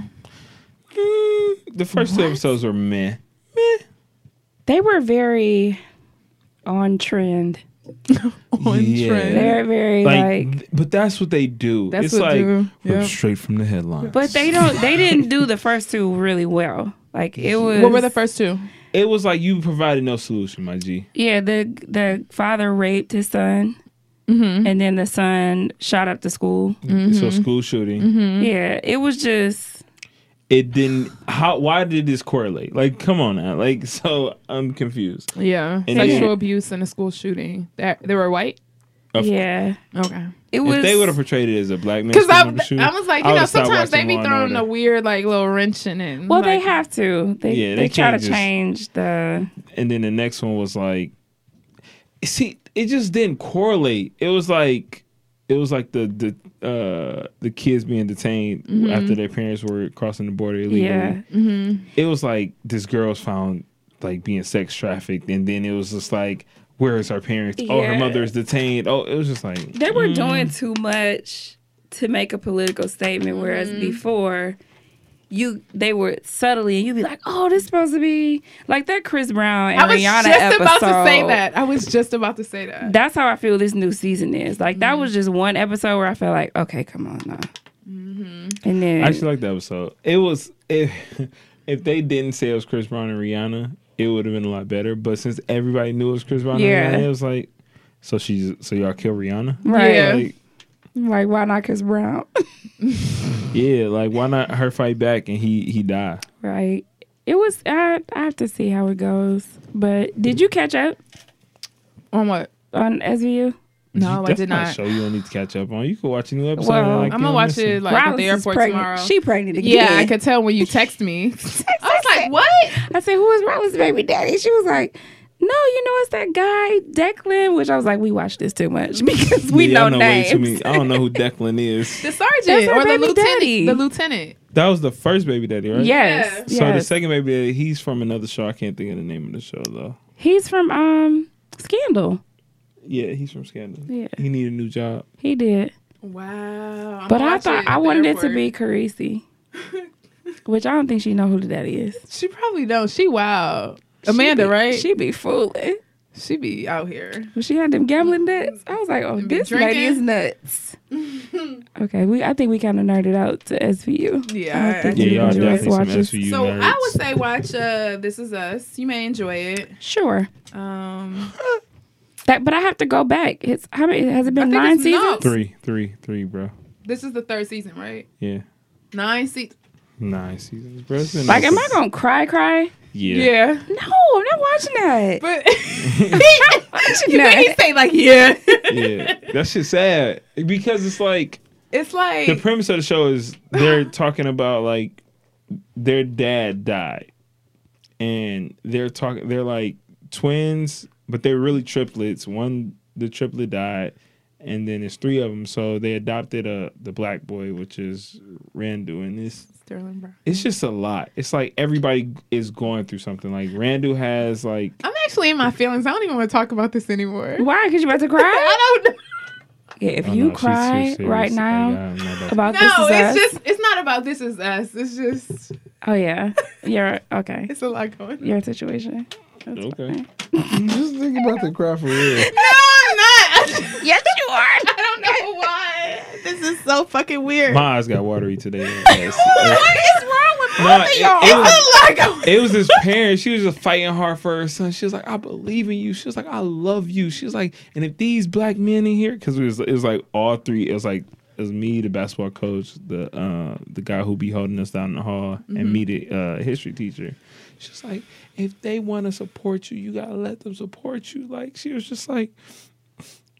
Mm, the first two episodes were meh. They were very on trend. on Yeah. trend. They're very Like, like, th- but that's what they do. That's it's what like do. we're Yeah. straight from the headlines. but they don't. They didn't do the first two really well. Like it was. What were the first two? it was like you provided no solution, my G. Yeah, the the father raped his son, Mm-hmm. and then the son shot up the school. So school shooting. Mm-hmm. Yeah, it was just. It didn't. How? Why did this correlate? Like, come on now. Like, so I'm confused. Yeah, And sexual then- abuse and a school shooting. That they were white. Of- Yeah, Okay, it If was. they would have portrayed it as a black man, because I, shooting up a shooter, I was like, I you know, would've stopped sometimes they watching be Law and throwing a Order. weird like little wrench in it. well, they Like, have to. They Yeah, they, they try to can't just- change the. and then the next one was like, see, it just didn't correlate. It was like. It it was like the the uh, the kids being detained after their parents were crossing the border illegally. Mm-hmm. Yeah. Mm-hmm. It was like this girl's found like being sex trafficked, and then it was just like, where is her parents? Oh, her Yeah. mother is detained. Oh, it was just like They were doing too much to make a political statement, whereas before you they were subtly and you'd be like, Oh, this supposed to be like that Chris Brown and I was Rihanna just episode. about to say that. I was just about to say that. That's how I feel this new season is. Like that was just one episode where I felt like, okay, come on now. And then I actually like that episode. It was if if they didn't say it was Chris Brown and Rihanna, it would have been a lot better. But since everybody knew it was Chris Brown Yeah. and Rihanna, it was like, so she's so y'all kill Rihanna. right, Yeah. Like, like why not Chris Brown? yeah, like why not her fight back and he he die? right. It was I I have to see how it goes. But did you catch up On what? on SVU? You- No, Oh, I that's did not. not. a show you don't need to catch up on. You can watch a new episode. like, Well, I'm you gonna don't watch miss it like at Rollins the is airport pregnant. tomorrow. She pregnant again. yeah, I could tell when you text me. I was like, what? I said, "Who is Rollins' baby daddy?" She was like, "No, you know it's that guy Declan." Which I was like, "We watch this too much because we Yeah, I know way too names." many- I don't know who Declan is. The That's sergeant her or the baby lieutenant? daddy. The lieutenant. That was the first baby daddy, right? Yes, So the yes. second baby daddy, he's from another show. I can't think of the name of the show though. he's from um Scandal. Yeah, he's from Scandal. Yeah. He need a new job. He did, Wow. I'm but gonna I watch thought at I the wanted it to airport. be Carisi, which I don't think she know who the daddy is. She probably don't. She wild. Amanda, She be- right? She be fooling. she be out here. When she had them gambling debts, I was like, "Oh, be this lady drinking. is nuts." okay, we I think we kind of nerded out to SVU. Yeah, I think Yeah, you y'all guys definitely some watch this. SVU so nerds. I would say watch uh This Is Us. You may enjoy it. Sure. Um That, but I have to go back. It's how many has it I been think nine it's seasons? no. Three, three, three, bro. this is the third season, right? Yeah. Nine seasons. Nine seasons, bro. It's been Like, out am for- I gonna cry? Cry? Yeah. Yeah. No, I'm not watching that. But You know, he say like yeah. Yeah. That shit's sad. Because it's like It's like the premise of the show is they're talking about like their dad died. And they're talking they're like twins, but they're really triplets. One the triplet died. And then it's three of them, so they adopted a the black boy, which is Randu, and this Sterling Brown. it's just a lot. It's like everybody is going through something. Like Randu has like I'm actually in my feelings. I don't even want to talk about this anymore. Why? Cause you about to cry? I don't know. yeah, if Oh, you no, she's too cry serious. Like, right uh, now I'm not about- about this, No, is it's us, just it's not about this is us. It's just oh yeah, you're okay. it's a lot going on. Your situation. That's Okay. fine. just think about the cry for real. No, I'm not. Yes, you are. I don't know why. This is so fucking weird. My eyes got watery today. Yes. Yes. is wrong with No, both of it- y'all? it was- It's a lot going It was his parents. She was just fighting hard for her son. She was like, "I believe in you." She was like, "I love you." She was like, "And if these black men in here, because it was, it was like all three. It was like it was me, the basketball coach, the uh, the guy who be holding us down in the hall, Mm-hmm. and me, the uh, history teacher." She was like, "If they want to support you, you gotta let them support you." Like she was just like,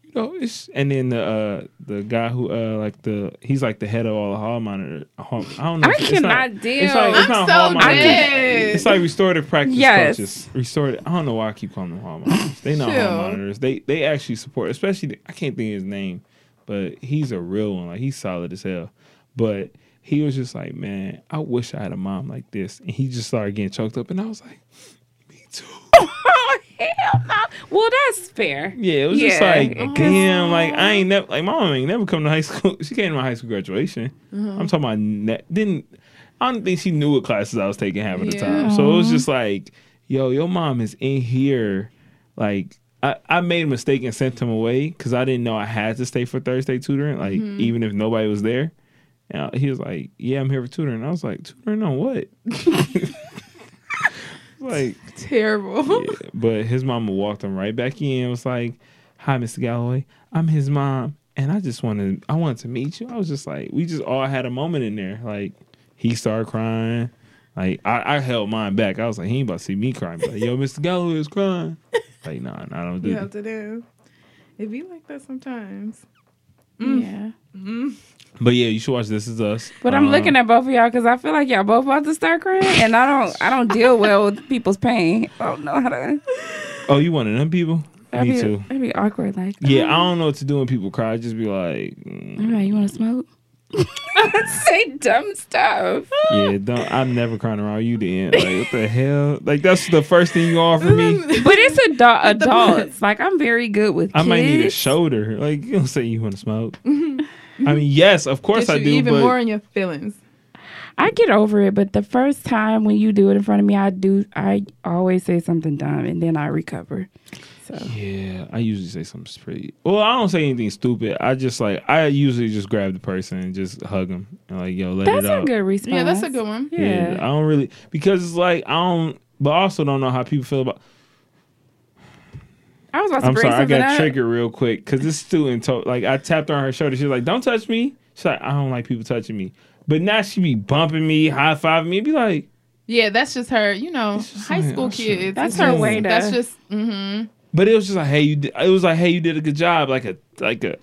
you know, it's and then the uh, the guy who uh, like the he's like the head of all the hall monitor. Hall, I don't know. I It's not- cannot It's deal. like, it's I'm not so hall monitor. dead. It's like restorative practice Yes. coaches. Restorative. I don't know why I keep calling them hall monitors. They not Chill. hall monitors. They they actually support. Especially the- I can't think of his name, but he's a real one. Like he's solid as hell. But he was just like, man, I wish I had a mom like this. And he just started getting choked up, and I was like, me too. oh hell no. Well, that's fair. Yeah, it was just Yeah, like, it- damn, like I ain't never, like my mom ain't never come to high school. She came to my high school graduation. I'm talking about ne- didn't. I don't think she knew what classes I was taking half of the time. So it was just like, yo, your mom is in here. Like I, I made a mistake and sent him away because I didn't know I had to stay for Thursday tutoring. Like even if nobody was there, and I- he was like, yeah, I'm here for tutoring. I was like, tutoring on what? like on. Terrible. yeah, but his mama walked him right back in. and Was like, "Hi, Mr. Galloway. I'm his mom, and I just wanted I wanted to meet you." I was just like, we just all had a moment in there. Like he started crying. Like I, I held mine back. I was like, he ain't about to see me crying. But like, yo, Mr. Galloway is crying. Like, nah, nah, I don't do You that. have to do. It be like that sometimes. Mm. Yeah. But yeah, you should watch This Is Us. Um, But I'm looking at both of y'all because I feel like y'all both about to start crying, and I don't, I don't deal well with people's pain. I don't know how to. Oh, you one of them people? That'd Me be, too. That'd be awkward. Like, "Oh, Yeah, I don't know what to do when people cry. I just be like, mm, All right, you want to smoke? Say dumb stuff. yeah, don't. I'm never crying around you. Then, like, what the hell? Like, that's the first thing you offer me. But it's adult, adults. Like I'm very good with. I kids. might need a shoulder. Like, you don't say you want to smoke. I mean, yes, of course Get I you do. even but more in your feelings. I get over it, but the first time when you do it in front of me, I do. I always say something dumb, and then I recover. So Yeah, I usually say something pretty. Well, I don't say anything stupid. I just like I usually just grab the person and just hug them and like yo, let that's it out. a good response. Yeah, that's a good one. yeah. I Yeah. don't really because it's like I don't, but I also don't know how people feel about. I was about to I'm bring sorry, I something got up. triggered real quick because this student told like I tapped on her shoulder. She's like, "Don't touch me." She's like, "I don't like people touching me," but now she be bumping me, high fiving me, be like, Yeah, that's just her. You know, just high like, school oh, shit. kids. That's It's her just- way to- That's just. Mm-hmm. but it was just like, "Hey, you," did, it was like, "Hey, you did a good job," like a like a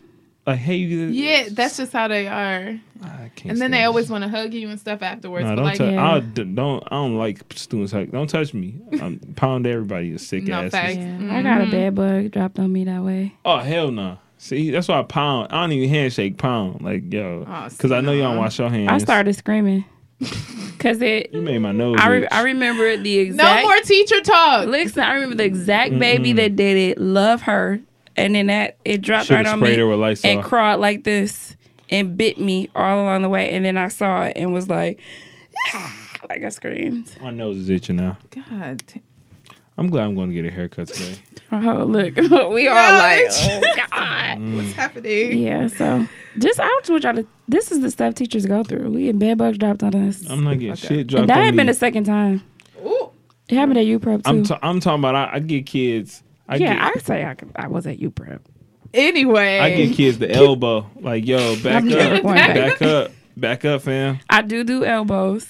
like, "Hey, you." Did, Yeah, that's just how they are. I can't And then stand they this. always want to hug you and stuff afterwards. No, but don't like, touch. Yeah. I d- don't. I don't like students. Like, don't touch me. I'm pound everybody. You sick No, asses. Yeah, Mm-hmm. facts. I got a bad bug dropped on me that way. Oh hell no. See, that's why I pound. I don't even handshake. Pound. Like yo, Oh, see, because I know y'all nah. wash your hands. I started screaming because it. You made my nose. I re- itch. I remember the no exact. more teacher talk. Listen, I remember the exact baby that did it. Love her, and then that it dropped Shoulda right on sprayed me her with Lysol. and crawled like this and bit me all along the way. And then I saw it and was like, like I screamed. my nose is itching now. God, damn. I'm glad I'm going to get a haircut today. Oh look, we all No, like, it's- oh Mm-hmm. god. what's happening? Yeah, so just I just want y'all to. This is the stuff teachers go through. We had bed bugs dropped on us. I'm not getting shit dropped and that on had been me. the second time. Ooh, It happened at U Prep too. I'm ta- I'm talking about. I, I get kids. I yeah, get. I say I, could- I was at U Prep. anyway, I, get kids the elbow. Like yo, back I'm never up, going back. back. up, back up, fam. I do do elbows.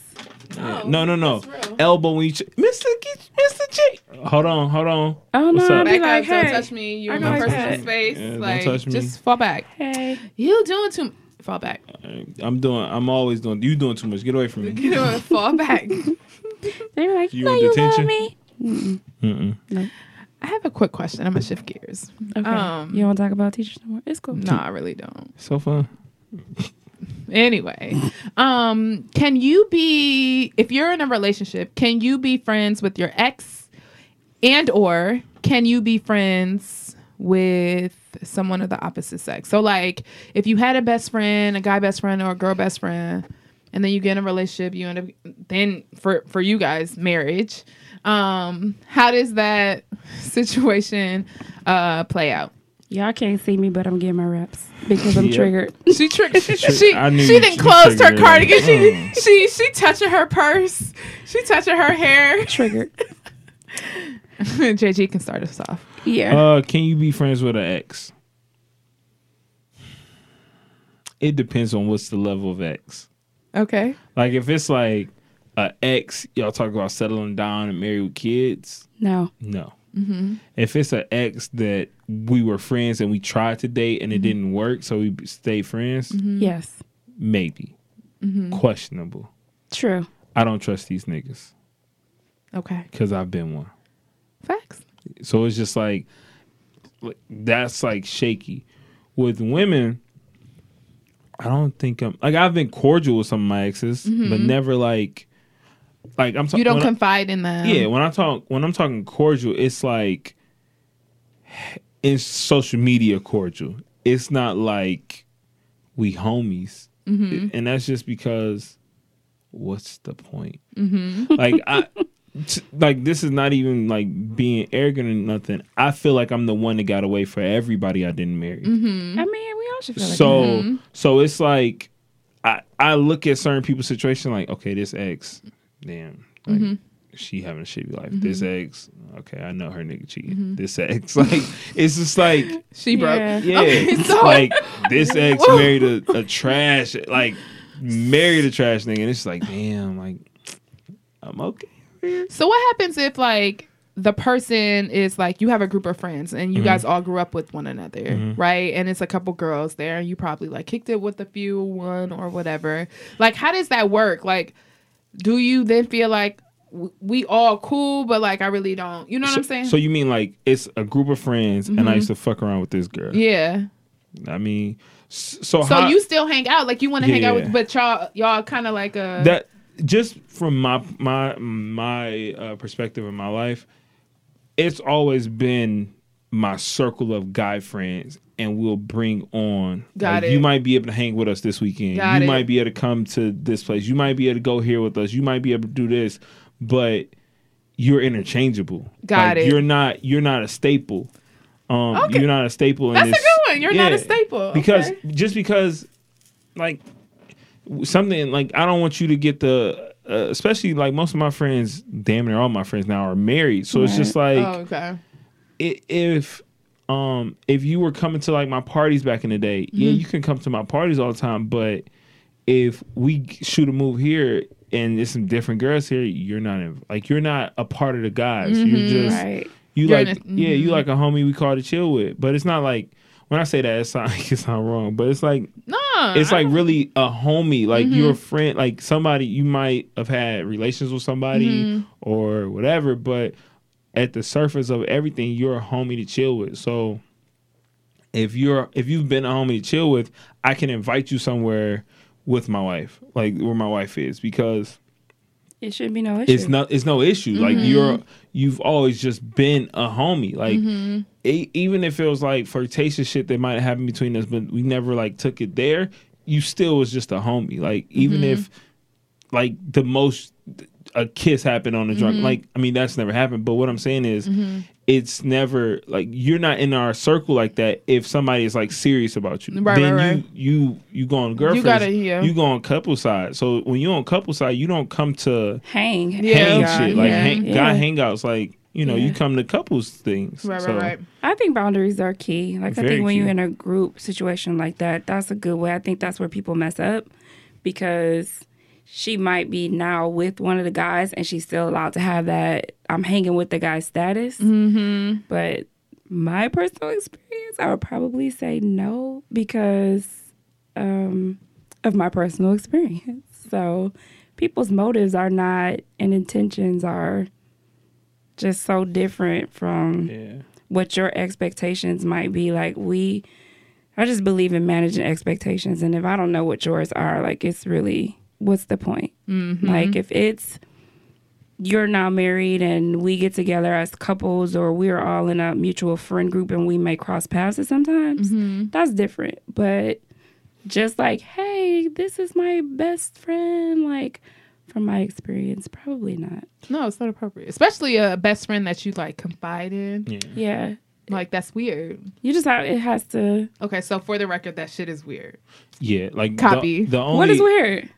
Yeah. No, no, no. that's real. Elbow each. Mr. G- Mr. G. Hold on, hold on. Oh What's no, up? I'd be back like, up, hey, don't touch me. You're I in go my like personal that. space. Yeah, don't like, touch me. just fall back. hey. You doing too? Fall back. I'm doing. I'm always doing. You doing too much. Get away from me. You know, fall back. They were like, You you know want you detention? love me. Mm-mm. I have a quick question. I'm gonna shift gears. Okay. Um, you don't talk about teachers no more. It's cool. No, I really don't. So fun. Anyway, um, can you be if you're in a relationship? Can you be friends with your ex, and or can you be friends with someone of the opposite sex? So, like, if you had a best friend, a guy best friend, or a girl best friend, and then you get in a relationship, you end up then for for you guys marriage. Um, how does that situation uh play out? Y'all can't see me, but I'm getting my reps because I'm Yeah. triggered. She tricked. she she, I knew you- didn't she close her figured it out. cardigan. She Mm. she she touching her purse. She touching her hair. Triggered. JG can start us off. Yeah. Uh, can you be friends with an ex? It depends on what's the level of ex. Okay. Like if it's like a ex, y'all talk about settling down and married with kids. no. No. Mm-hmm. If it's an ex that we were friends and we tried to date Mm-hmm. and it didn't work, so we stayed friends, Yes. maybe Mm-hmm. questionable. True. I don't trust these niggas Okay. because I've been one. Facts. So it's just like, like, that's like shaky. With women, I don't think I'm like I've been cordial with some of my exes, but never like like I'm talking. Mm-hmm. You don't confide in them. yeah, when I talk when I'm talking cordial, it's like in social media cordial. It's not like we homies, and that's just because what's the point? Like I. t- Like this is not even like being arrogant or nothing. I feel like I'm the one that got away for everybody I didn't marry. Mm-hmm. I mean, we all should feel like So that. so it's like I I look at certain people's situation like okay this ex damn like Mm-hmm. she having a shitty life this ex okay I know her nigga cheating Mm-hmm. this ex like it's just like She broke. Yeah. yeah so- like this ex married a, a trash like married a trash nigga and it's like damn like I'm okay So what happens if like the person is like you have a group of friends and you Mm-hmm. guys all grew up with one another, right? And it's a couple girls there, and you probably like kicked it with a few one or whatever. Like, how does that work? Like, do you then feel like w- we all cool, but like I really don't. You know what so, I'm saying? Mm-hmm. so you mean like it's a group of friends, and I used to fuck around with this girl. yeah. I mean, s- so So how, you still hang out, like you want to hang out Yeah. with, but y'all y'all kind of like a that just from my my my uh, perspective in my life, it's always been my circle of guy friends, and we'll bring on. Got like, it. You might be able to hang with us this weekend. Got you it. might be able to come to this place. You might be able to go here with us. You might be able to do this, but you're interchangeable. Got Like, it. You're not. You're not a staple. Um, Okay. You're not a staple. In That's a this, good one. You're not a staple. because Okay. just because, like something like I don't want you to get the uh, especially like most of my friends, damn near all my friends now are married. So it's just like oh, okay. i- if um if you were coming to like my parties back in the day, Mm-hmm. yeah, you can come to my parties all the time, but if we g- shoot a move here and there's some different girls here, you're not in, like you're not a part of the guys. You're just Right. you Mm-hmm. You're like in a- mm-hmm. yeah, you like a homie we call to chill with. But it's not like when I say that it sounds like it's not wrong, but it's like No, it's I- like really a homie, like your friend, like somebody you might have had relations with somebody or whatever, but at the surface of everything, you're a homie to chill with. So if you're if you've been a homie to chill with, I can invite you somewhere with my wife, like where my wife is, because It shouldn't be no issue. it's not it's no issue. Like Mm-hmm. you're you've always just been a homie. Like Mm-hmm. e- even if it was like flirtatious shit that might happen between us, but we never like took it there. You still was just a homie. Like even Mm-hmm. if like the most a kiss happened on a drunk. Mm-hmm. Like I mean that's never happened. But what I'm saying is. It's never like you're not in our circle like that. If somebody is like serious about you, Right, then right, you right. you you go on girlfriends. gotta- yeah. you go on couple side. So when you on couple side, you don't come to hang. Yeah. hang God, shit, like yeah, hang, yeah. guy hangouts. Like you know, you Yeah. come to couples things. right, so, right, right. I think boundaries are key. Like I Very think when you're key. in a group situation like that, that's a good way. I think that's where people mess up because she might be now with one of the guys and she's still allowed to have that I'm hanging with the guy status. Mm-hmm. But my personal experience, I would probably say no because um, of my personal experience. So people's motives are not and intentions are just so different from Yeah, what your expectations might be. Like we, I just believe in managing expectations, and if I don't know what yours are, like it's really what's the point? Like if it's you're now married and we get together as couples or we're all in a mutual friend group and we may cross paths at sometimes that's different but just like hey this is my best friend like from my experience probably not No, it's not appropriate, especially a best friend that you like confide in. yeah. yeah Like that's weird. you just have it has to Okay, so for the record, that shit is weird. yeah. Like the- Copy. The, only what is weird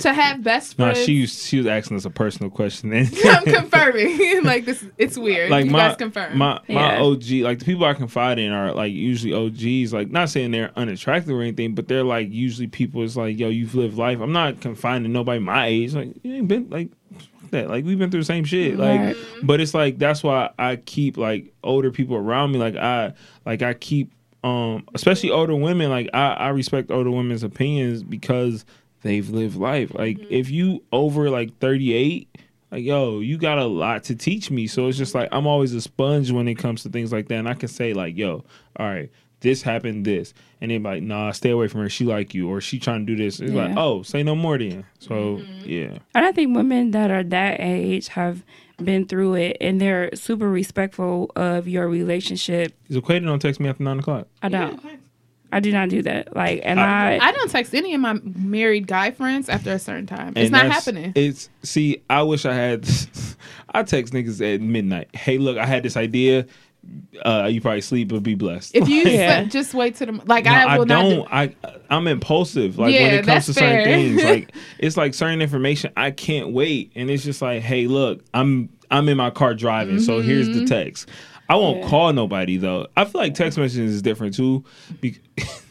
To have best Nah, friends, she was she was asking us a personal question. And I'm confirming. like this, it's weird. like you my guys confirm. my my Yeah. OG, like the people I confide in are like usually OGs. Like not saying they're unattractive or anything, but they're like usually people. It's like yo, you've lived life. I'm not confined to nobody my age. Like you ain't been like fuck that. Like we've been through the same shit. Like, Right. but it's like that's why I keep like older people around me. Like I like I keep um especially older women. Like I I respect older women's opinions because they've lived life. Like if you over like 38 like yo you got a lot to teach me so it's just like i'm always a sponge when it comes to things like that and i can say like yo all right this happened this and they be like nah stay away from her she like you or she trying to do this it's like Yeah. oh say no more then so yeah And I think women that are that age have been through it and they're super respectful of your relationship. is equated don't text me after nine o'clock I don't. I do not do that. Like, and I- I, I don't text any of my married guy friends after a certain time. And it's not that's- happening. It's see, I wish I had. I text niggas at midnight. Hey, look, I had this idea. Uh, you probably sleep, but be blessed. if you Yeah. sl- just wait to the like, No, I I, will not. do- don't. I I'm impulsive. Like when Yeah, it comes that's to certain fair. things, like it's like certain information I can't wait, and it's just like, hey, look, I'm I'm in my car driving, so here's Mm-hmm. the text. I won't call nobody though. I feel like text messages is different too. Be-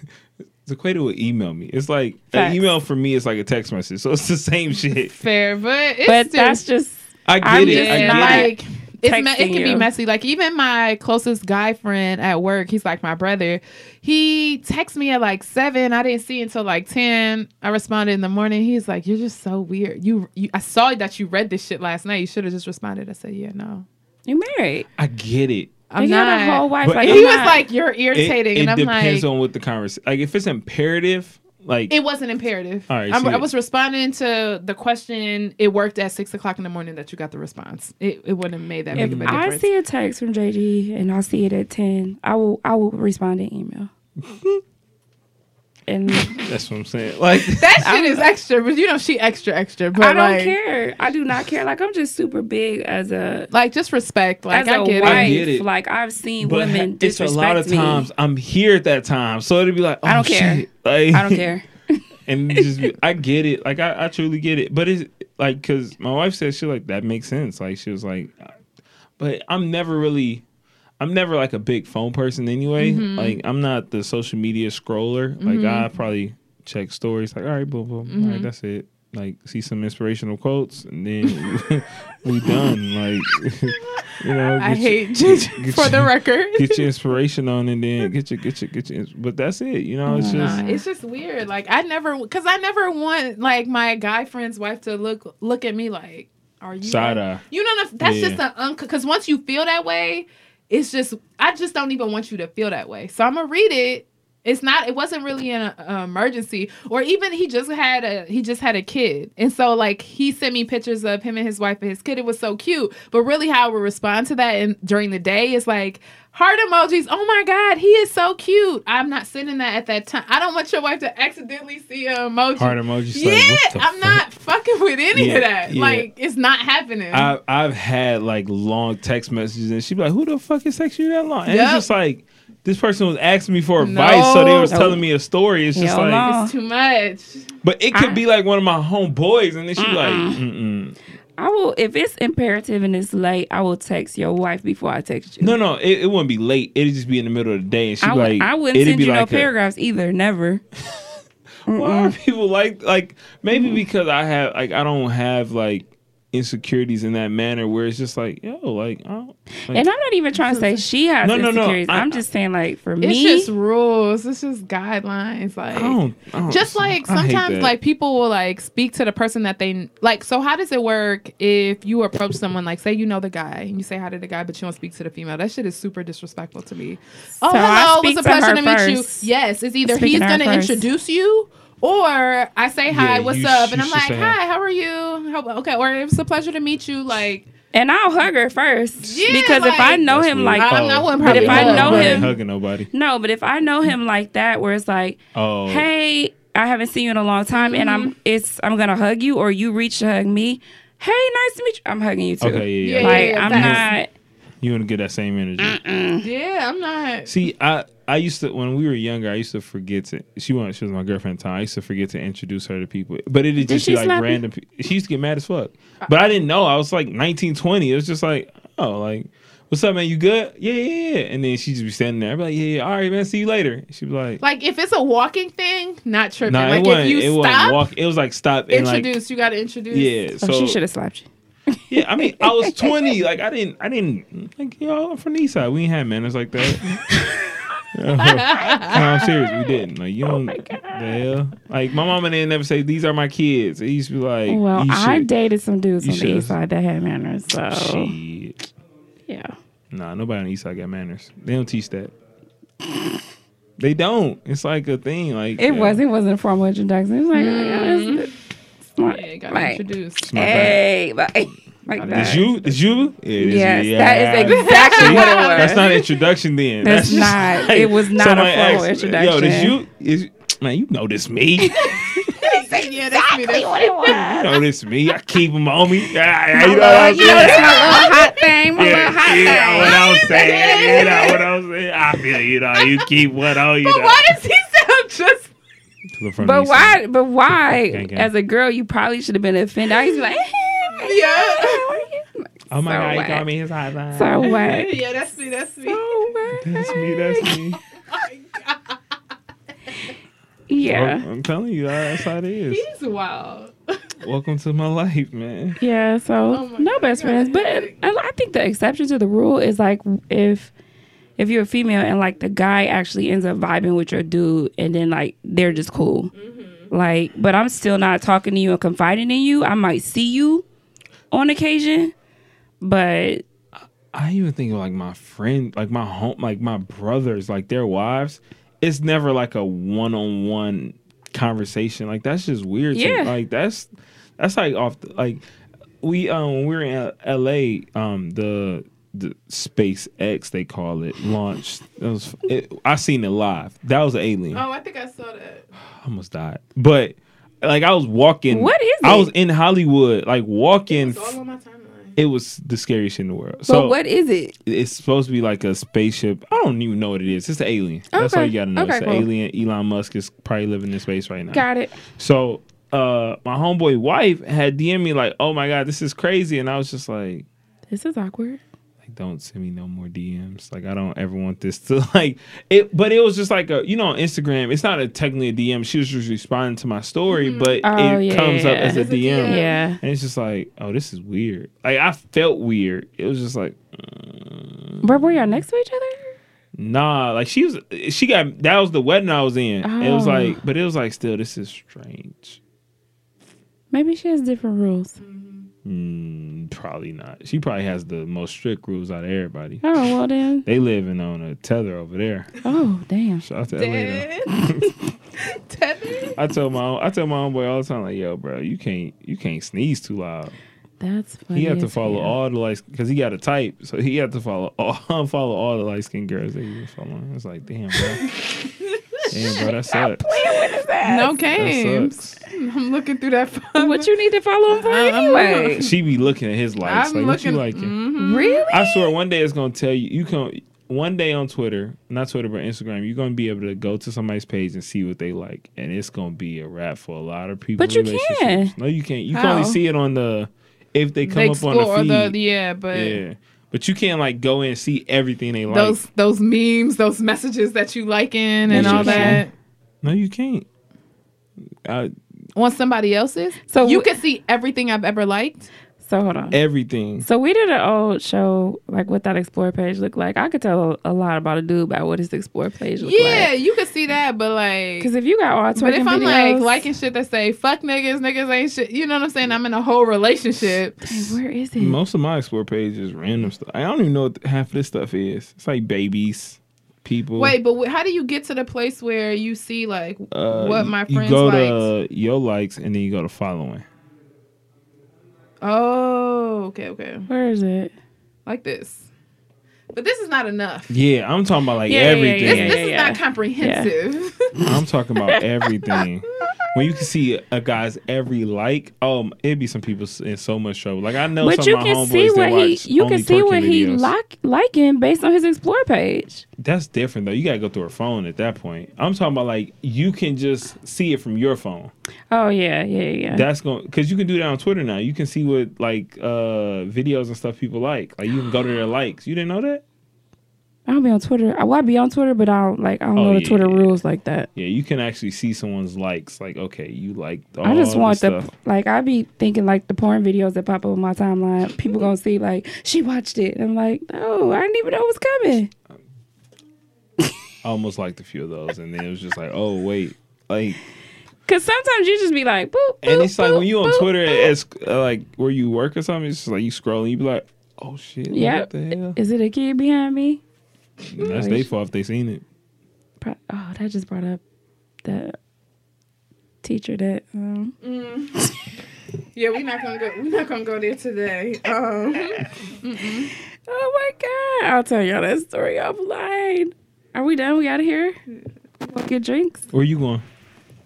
Zaqueta will email me. It's like Facts. an email for me is like a text message, so it's the same shit. fair, but it's but still, that's just I get I'm it. just I get not- it. like it's me- it texting can be you. messy. Like even my closest guy friend at work, he's like my brother. He texts me at like seven. I didn't see until like ten. I responded in the morning. He's like, "You're just so weird. You, you I saw that you read this shit last night. You should have just responded." I said, "Yeah, no, You married. I get it. I'm you not." got a whole wife. But Like, it- he I'm was not- like, "You're irritating," It, and it I'm depends like, on what the conversation. Like if it's imperative, like "It wasn't imperative." All right, I'm- so I you- was responding to the question. It worked at six o'clock in the morning that you got the response. It, it wouldn't have made that big If of a I difference. see a text from JG and I see it at ten, I will I will respond to email. and that's what I'm saying. Like that shit is extra, but you know she extra extra. But I don't like, care. I do not care. Like I'm just super big as a Like just respect. Like as a I get wife. it. I get it. Like I've seen but women it's a disrespect lot of me. times I'm here at that time, so it'll be like oh, I don't care. shit. Like, I don't care. and it just be, I get it. Like I, I truly get it. But it's like because my wife said she like that makes sense. Like she was like, but I'm never really, I'm never like a big phone person anyway. Mm-hmm. Like I'm not the social media scroller. Like I probably check stories. Like all right, boom, boom, all right, Mm-hmm. that's it. Like see some inspirational quotes and then we done. Like you know, I get your- hate Gigi get for the your- record. Get your inspiration on and then get your get your get your. ins- But that's it. You know, it's just Nah, it's just weird. Like I never, cause I never want like my guy friend's wife to look look at me like, are you Side eye. You know, that's Yeah. just an un. Cause once you feel that way, it's just I just don't even want you to feel that way. So I'm gonna read it. It's not. It wasn't really an uh, emergency, or even he just had a he just had a kid, and so like he sent me pictures of him and his wife and his kid. It was so cute. But really, how I would respond to that and during the day is like heart emojis. Oh my god, he is so cute. I'm not sending that at that time. I don't want your wife to accidentally see an emoji. heart emojis. yeah, like, what the I'm fuck? not fucking with any Yeah, of that. yeah. Like it's not happening. I've I've had like long text messages and she'd be like, "Who the fuck is texting you that long?" And Yep. it's just like this person was asking me for advice, so they was No. telling me a story. It's just Hell like, no. it's too much. but it could be like one of my homeboys, and then she'd be like, Mm-mm. I will if it's imperative and it's late, I will text your wife before I text you. "No, no, it, it wouldn't be late. It'd just be in the middle of the day." And she'd I, be would, like, I wouldn't it'd send be you no like a- paragraphs either. Never. Why are people like like maybe because I have like I don't have like insecurities in that manner where it's just like yo like I don't, like, And I'm not even trying to say she has No, no, no. insecurities. I- I'm just saying, like, for It's me, just rules. It's just guidelines. Like I don't, I don't- just like I hate sometimes that. like people will like speak to the person that they like so how does it work if you approach someone like say you know the guy and you say hi to the guy but you don't speak to the female that shit is super disrespectful to me oh So I hello it speak was a to pleasure her to meet first. you yes it's either Speaking he's to her gonna first. introduce you or I say hi Yeah, what's you up sh- and you I'm should like say hi. hi how are you How- okay or it's a pleasure to meet you like and I'll hug her first Yeah, because if I like- know That's him weird. like I- I'm not- wouldn't But probably if I hug know nobody. him, hugging nobody. no, but if I know him like that, where it's like, Oh, hey, I haven't seen you in a long time, and Mm-hmm. I'm it's I'm gonna hug you, or you reach to hug me. Hey, nice to meet you. I'm hugging you too. Okay, yeah, yeah. Yeah, Like yeah, I'm facts. you want to get that same energy. yeah I'm not See, I I used to when we were younger, I used to forget to. She was she was my girlfriend at the time. I used to forget to introduce her to people, but it'd just she be like slap you? random. pe- She used to get mad as fuck, but I didn't know. I was like 19, 20. It was just like, oh, like, what's up, man? You good? Yeah, yeah, yeah. And then she'd just be standing there. I'd be like, yeah, yeah, all right, man. See you later. She'd be like, like if it's a walking thing not tripping nah, like it wasn't. if you It stop wasn't walk. It was like stop and introduce you got to like introduce yeah. not. Oh, so she should have slapped you. yeah, I mean, I was twenty. Like I didn't, I didn't like yo. I'm from the east side. We ain't had manners like that. no, I'm serious. We didn't. Like Oh you don't. the hell? Like my mama didn't never say these are my kids. It used to be like, Well, you I should- dated some dudes you on the should. east side that had manners, so Shit. yeah. Nah, nobody on the east side got manners. They don't teach that. They don't. It's like a thing. Like It yeah. was. It wasn't a formal introduction. It was like, oh, yeah, it's, it's not- Yeah, got like, introduced. My bad. hey, like, like that. Is you? Is you? Yeah, it is Yes, you. that Yeah. is exactly what it was. That's not introduction then. That's just not- it was not a somebody formal asked, Yo, introduction. did you? Is, man, you notice me. yeah, that's me. That's it was. You notice me. I keep them on me. Yeah, yeah, you know what Oh, I'm you know, saying? it's my little hot thing. My little Yeah, hot you know thing. what I'm saying. You know what I'm saying. I feel you know. You keep what on you. But know. why does he sound just? To the front of But me, why? But why? Gang, gang. As a girl, you probably should have been offended. I used to be like, Yeah. Oh my So God! what? You got me his high five. so what? Yeah, that's me. That's me. So what? That's me. That's me. Yeah. I'm, I'm telling you, that's how it is. He's wild. Welcome to my life, man. Yeah, so my no God, best you got friends. a But headache. I I think the exception to the rule is like if if you're a female and like the guy actually ends up vibing with your dude and then like they're just cool. Like, but I'm still not talking to you and confiding in you. I might see you on occasion, but I even think of like my friend, like my home, like my brothers, like their wives. It's never like a one-on-one conversation. Like that's just weird. to me. Yeah. Like that's that's like off. The, like we um when we were in L- L.A. Um the the SpaceX they call it launched. That was it, I seen it live. That was an alien. Oh, I think I saw that. I almost died. But like I was walking. What is I it? was in Hollywood, like walking. It's all on my timeline. It was the scariest shit in the world. but so what is it? it's supposed to be like a spaceship. I don't even know what it is. It's an alien. That's all Okay. you gotta know. Okay, it's cool. an alien. Elon Musk is probably living in space right now. Got it. So uh my homeboy wife had DM me like, oh my god, this is crazy. And I was just like, This is awkward. like, don't send me no more DMs. Like I don't ever want this to like it but it was just like a you know on Instagram, it's not a technically a DM. She was just responding to my story, but Oh, it yeah, comes up yeah. as a It's a DM. DM. Yeah. And it's just like, oh, this is weird. Like I felt weird. It was just like But were y'all next to each other? Nah, like she was, she got that was the wedding I was in. It was Oh. like, but it was like, still, this is strange. Maybe she has different rules. Mm, probably not. She probably has the most strict rules out of everybody. Oh well then. They living on a tether over there. Oh damn. Shout out to LA. though. Dead. Tevin? I tell my I tell my homeboy all the time, like, yo, bro, you can't you can't sneeze too loud. That's funny. He had to as follow hell. all the lights because he got a type, so he had to follow all follow all the light skinned girls that he was following. It's like, damn, bro, damn, bro, that sucks. No That games. sucks. I'm looking through that phone. What you need to follow him for I'm- I'm anyway? She be looking at his likes. I'm like, what you looking- liking? Mm-hmm. Really? I swear, one day it's gonna tell you. You can one day on Twitter, not Twitter, but Instagram, you're gonna be able to go to somebody's page and see what they like, and it's gonna be a wrap for a lot of people. But you relationships. can. No, you can't. You can How? only see it on the if they come They up on the explore feed. the, yeah, but yeah, but you can't like go in and see everything they like. those those memes, those messages that you liking and Yes, all you that can. no, you can't. I, on somebody else's. So you we- can see everything I've ever liked. So hold on. everything. So we did an old show, like what that explore page looked like. I could tell a lot about a dude by what his explore page looked Yeah, like. you can see that, but Because like, if you got all twerking but if I'm videos, like liking shit that say fuck niggas, niggas ain't shit. You know what I'm saying? I'm in a whole relationship. Dang, where is it? Most of my explore page is random stuff. I don't even know what half of this stuff is. It's like babies, people. Wait, but wh- how do you get to the place where you see like uh, what you- my you friends go liked? to your likes and then you go to following. Oh, okay, okay, where is it? like this. But this is not enough. Yeah, I'm talking about like Yeah, yeah, everything. This, yeah, this is yeah. not comprehensive. I'm talking about everything. When you can see a guy's every like, um, it'd be some people s- in so much trouble. Like I know But some you of my can homeboys see that what he watch you only can see twerking what he videos. like liking based on his explore page. That's different though. You gotta go through a phone at that point. I'm talking about like you can just see it from your phone. Oh yeah, yeah, yeah. That's going because you can do that on Twitter now. You can see what like uh videos and stuff people like. Like you can go to their likes. You didn't know that? I don't be on Twitter. I well, I be on Twitter, but I don't like I don't Oh, know the yeah, Twitter yeah, rules like that. Yeah, you can actually see someone's likes. Like, okay, you like. All I just want this the stuff. like I be thinking like the porn videos that pop up on my timeline. People gonna see like she watched it. And I'm like, no, I didn't even know it was coming. I almost liked a few of those, and then it was just like, oh wait, like, Cause sometimes you just be like, boop. and boop, it's like when you on boop, Twitter, boop. it's uh, like where you work or something. It's just like you scrolling, you be like, oh shit, yeah. what the hell? Is it a kid behind me? And that's their fault if they seen it. Pro- Oh, that just brought up the teacher that. Um, yeah, we're not gonna go. We're not gonna go there today. Um, oh my god! I'll tell y'all that story offline. Are we done? We out of here. Go get drinks. Where you going?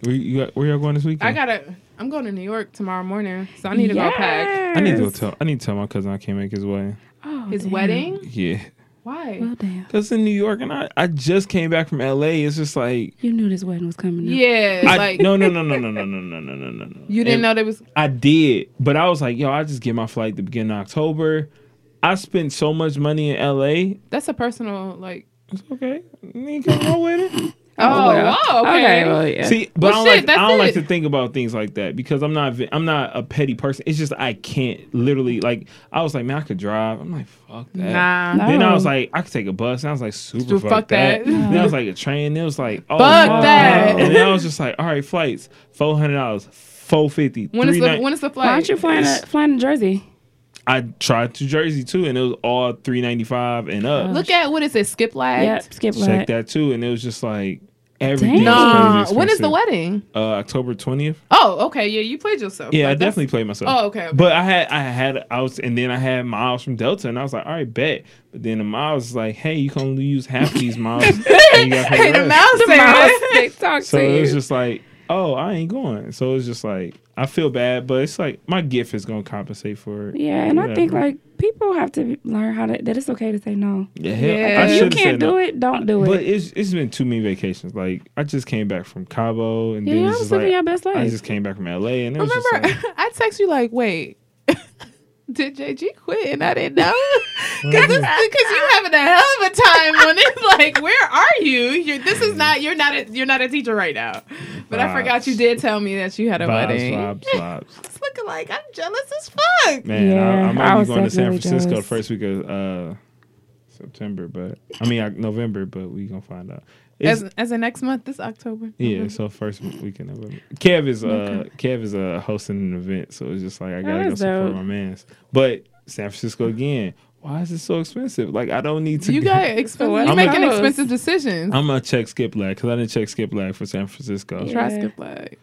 Where you got, where y'all going this weekend? I gotta. I'm going to New York tomorrow morning, so I need to go pack I need to go Yes. tell. I need to tell my cousin I can't make his wedding. Oh, his damn. wedding. Yeah, Why? Well, damn. cause in New York, and I, I just came back from L.A. It's just like, You knew this wedding was coming. up. Yeah, I, like no, no, no, no, no, no, no, no, no, no, no. you didn't And- know there was. I did, but I was like, yo, I just get my flight to begin of October. I spent so much money in LA. That's a personal like. It's okay. You ain't got no with it. Oh, wow, okay. well, yeah. See, but Well, I don't, shit, like, that's I don't like it. to think about things like that because I'm not vi- I'm not a petty person. It's just I can't literally like I was like man I could drive. I'm like fuck that. Nah. No. Then I was like I could take a bus. And I was like super Dude, fuck, fuck that. that. Then I was like a train. Then it was like oh, Fuck no. that. And then I was just like all right flights four hundred dollars four fifty. When is the when is the flight? Why aren't you flying to, flying to Jersey? I tried to Jersey too and it was all three ninety five and up. Look at what is it? Skip lag. Yep, skip Check that. that too and it was just like everything. Nah. was crazy when is the expensive. wedding? Uh, October twentieth. Oh, okay. Yeah, you played yourself. Yeah, I Like, that's- definitely played myself. Oh, okay, okay. But I had, I had, I was, and then I had miles from Delta, and I was like, all right, bet. But then the miles was like, hey, you can only use half of these miles. and you gotta pay Hey, the the rest. mouse Miles, said. they talk So to it was you. just like, oh, I ain't going. So it's just like, I feel bad, but it's like my gift is gonna compensate for it. Yeah, and I think Whatever. like people have to learn how to that it's okay to say no. yeah, hell, Yeah. I If you should've can't said do no. it, don't do But it. it's it's been too many vacations. Like I just came back from Cabo, and then Yeah, it's I was just living like, your best I life. just came back from LA, and it was just Remember, like, I text you like, wait, did JG quit and I didn't know? Because you having a hell of a time on it. Like, where are you? You're, this is not. You're not. A, you're not a teacher right now. But I forgot you Vibes. did tell me that you had a vibes, wedding. vibes, vibes. It's looking like I'm jealous as fuck. Man, I, Yeah, I might I be was going to San definitely Francisco the jealous. first week of uh, September, but I mean uh, November, but we gonna find out. It's, As as of next month, this October. Mm-hmm. mm-hmm. yeah, so first weekend of November. Kev is uh Kev is uh, hosting an event, so it's just like I gotta go is support dope. my man's. But San Francisco again, why is it so expensive? Like I don't need to. You go- got expensive. What You making else? expensive decisions. I'm gonna check skip lag because I didn't check skip lag for San Francisco. Yeah. Try skip leg.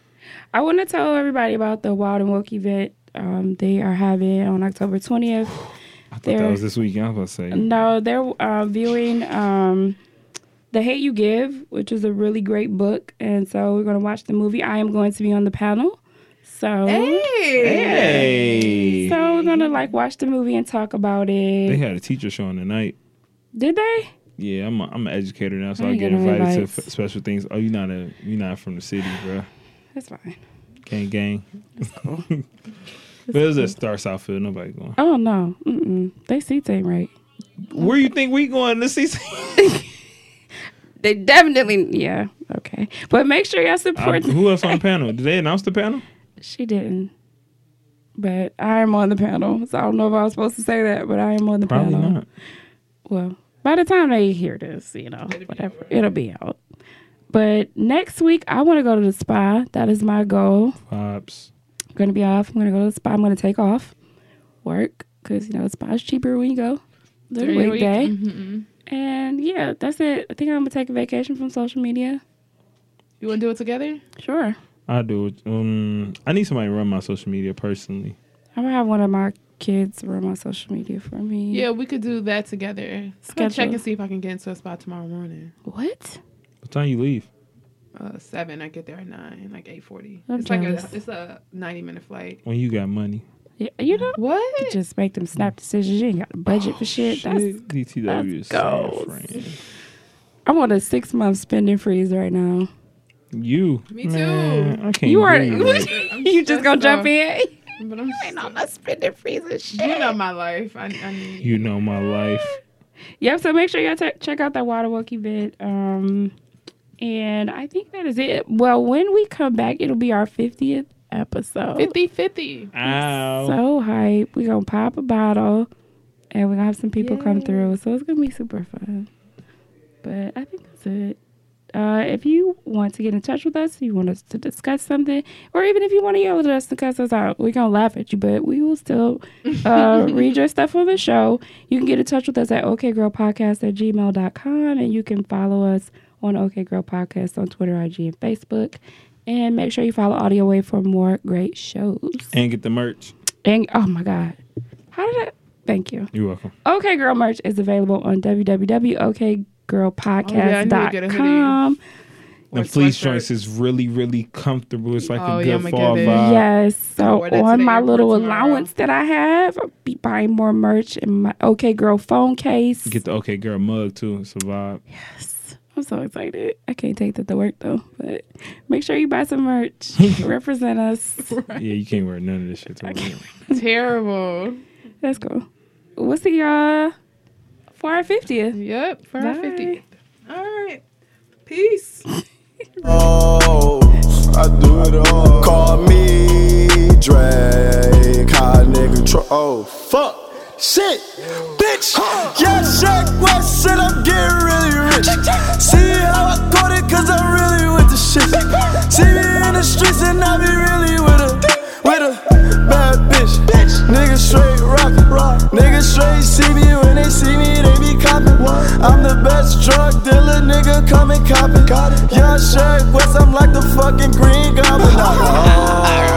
I want to tell everybody about the Wild and Woke event um, they are having on October twentieth. I thought that There- was this weekend. I was about to say. No, they're uh, viewing um, The Hate You Give, which is a really great book. And so we're going to watch the movie. I am going to be on the panel. So, Hey, so we're going to like watch the movie and talk about it. they had a teacher showing tonight. Did they? Yeah, I'm a, I'm an educator now, so I I, ain't get got no invited to invites. f- special things. Oh, you're not a you're not from the city, bro. That's fine. Gang gang. but it was at Star Southfield. Nobody going. Oh, no. Mm-mm. They seats ain't right. Where you think we going this season? They definitely, yeah, okay. But make sure y'all I- support. who else on the panel? Did they announce the panel? she didn't. But I am on the panel. So I don't know if I was supposed to say that, but I am on the Probably panel. not. well, by the time they hear this, you know, whatever, it'll be out. But next week, I want to go to the spa. That is my goal. Pops. I'm going to be off. I'm going to go to the spa. I'm going to take off work because, you know, the spa's cheaper when you go during During the weekday. mm-hmm. And yeah, that's it. I think I'm going to take a vacation from social media. You want to do it together? Sure. I do. it. Um, I need somebody to run my social media personally. I'm going to have one of my kids run my social media for me. Yeah, we could do that together. I'm gonna check Schedule. and see if I can get into a spot tomorrow morning. What? What time you leave? Uh, seven. I get there at nine, like eight forty. I'm It's like a, jealous. it's a ninety minute flight. When you got money? Yeah, you know, What? Oh, just make them snap decisions. You ain't got a budget for shit. That's, DTW is that's San Fran. I'm on a six month spending freeze right now. You. Me too. Man, I can't. You are believe it. you just gonna jump in? But I'm Ain't just, on my spending freeze and shit. you know my life. I, I need. You know my life. Yep. So make sure y'all t- check out that water walk event. Um, and I think that is it. Well, when we come back, it'll be our fiftieth episode. 50 50. Ow. So hype. We gonna pop a bottle, and we gonna have some people come through. So it's gonna be super fun. But I think that's it. Uh, if you want to get in touch with us, you want us to discuss something, or even if you want to yell at us to cuss us out, we're gonna laugh at you, but we will still uh, read your stuff on the show. You can get in touch with us at okgirlpodcast at gmail.com, and you can follow us on OK Girl Podcast on Twitter, IG, and Facebook. And make sure you follow Audio Wave for more great shows. And get the merch. And oh my God. How did I thank you? You're welcome. Okay Girl merch is available on www.okgirlpodcast.com. The Or fleece sweatshirt. joints is really, really comfortable. It's like Oh, a yeah, good I'ma fall get it. vibe. Yes. I'll So wear that to on the my airport little tomorrow. allowance that I have, I'll be buying more merch in my OK Girl phone case. Get the okay girl mug too. It's a vibe. I'm so excited. I can't take that to work though. But make sure you buy some merch. Represent us. Yeah, you can't wear none of this shit. To work. Terrible. Let's go. We'll see y'all for our 50th. Yep. For our Bye. 50th. All right. Peace. Oh, I do it all. Call me Drake, high nigga. Tro- oh, fuck, shit, bitch. Yeah, Shaq West said I'm getting really rich. See how I caught it, cause I'm really with the shit. See me in the streets and I be really with a, with a bad bitch. Nigga straight rock, rock. Nigga straight see me when they see me, they be copping. I'm the best drug dealer, nigga, come and cop it. Young Shaq West, I'm like the fucking green goblin.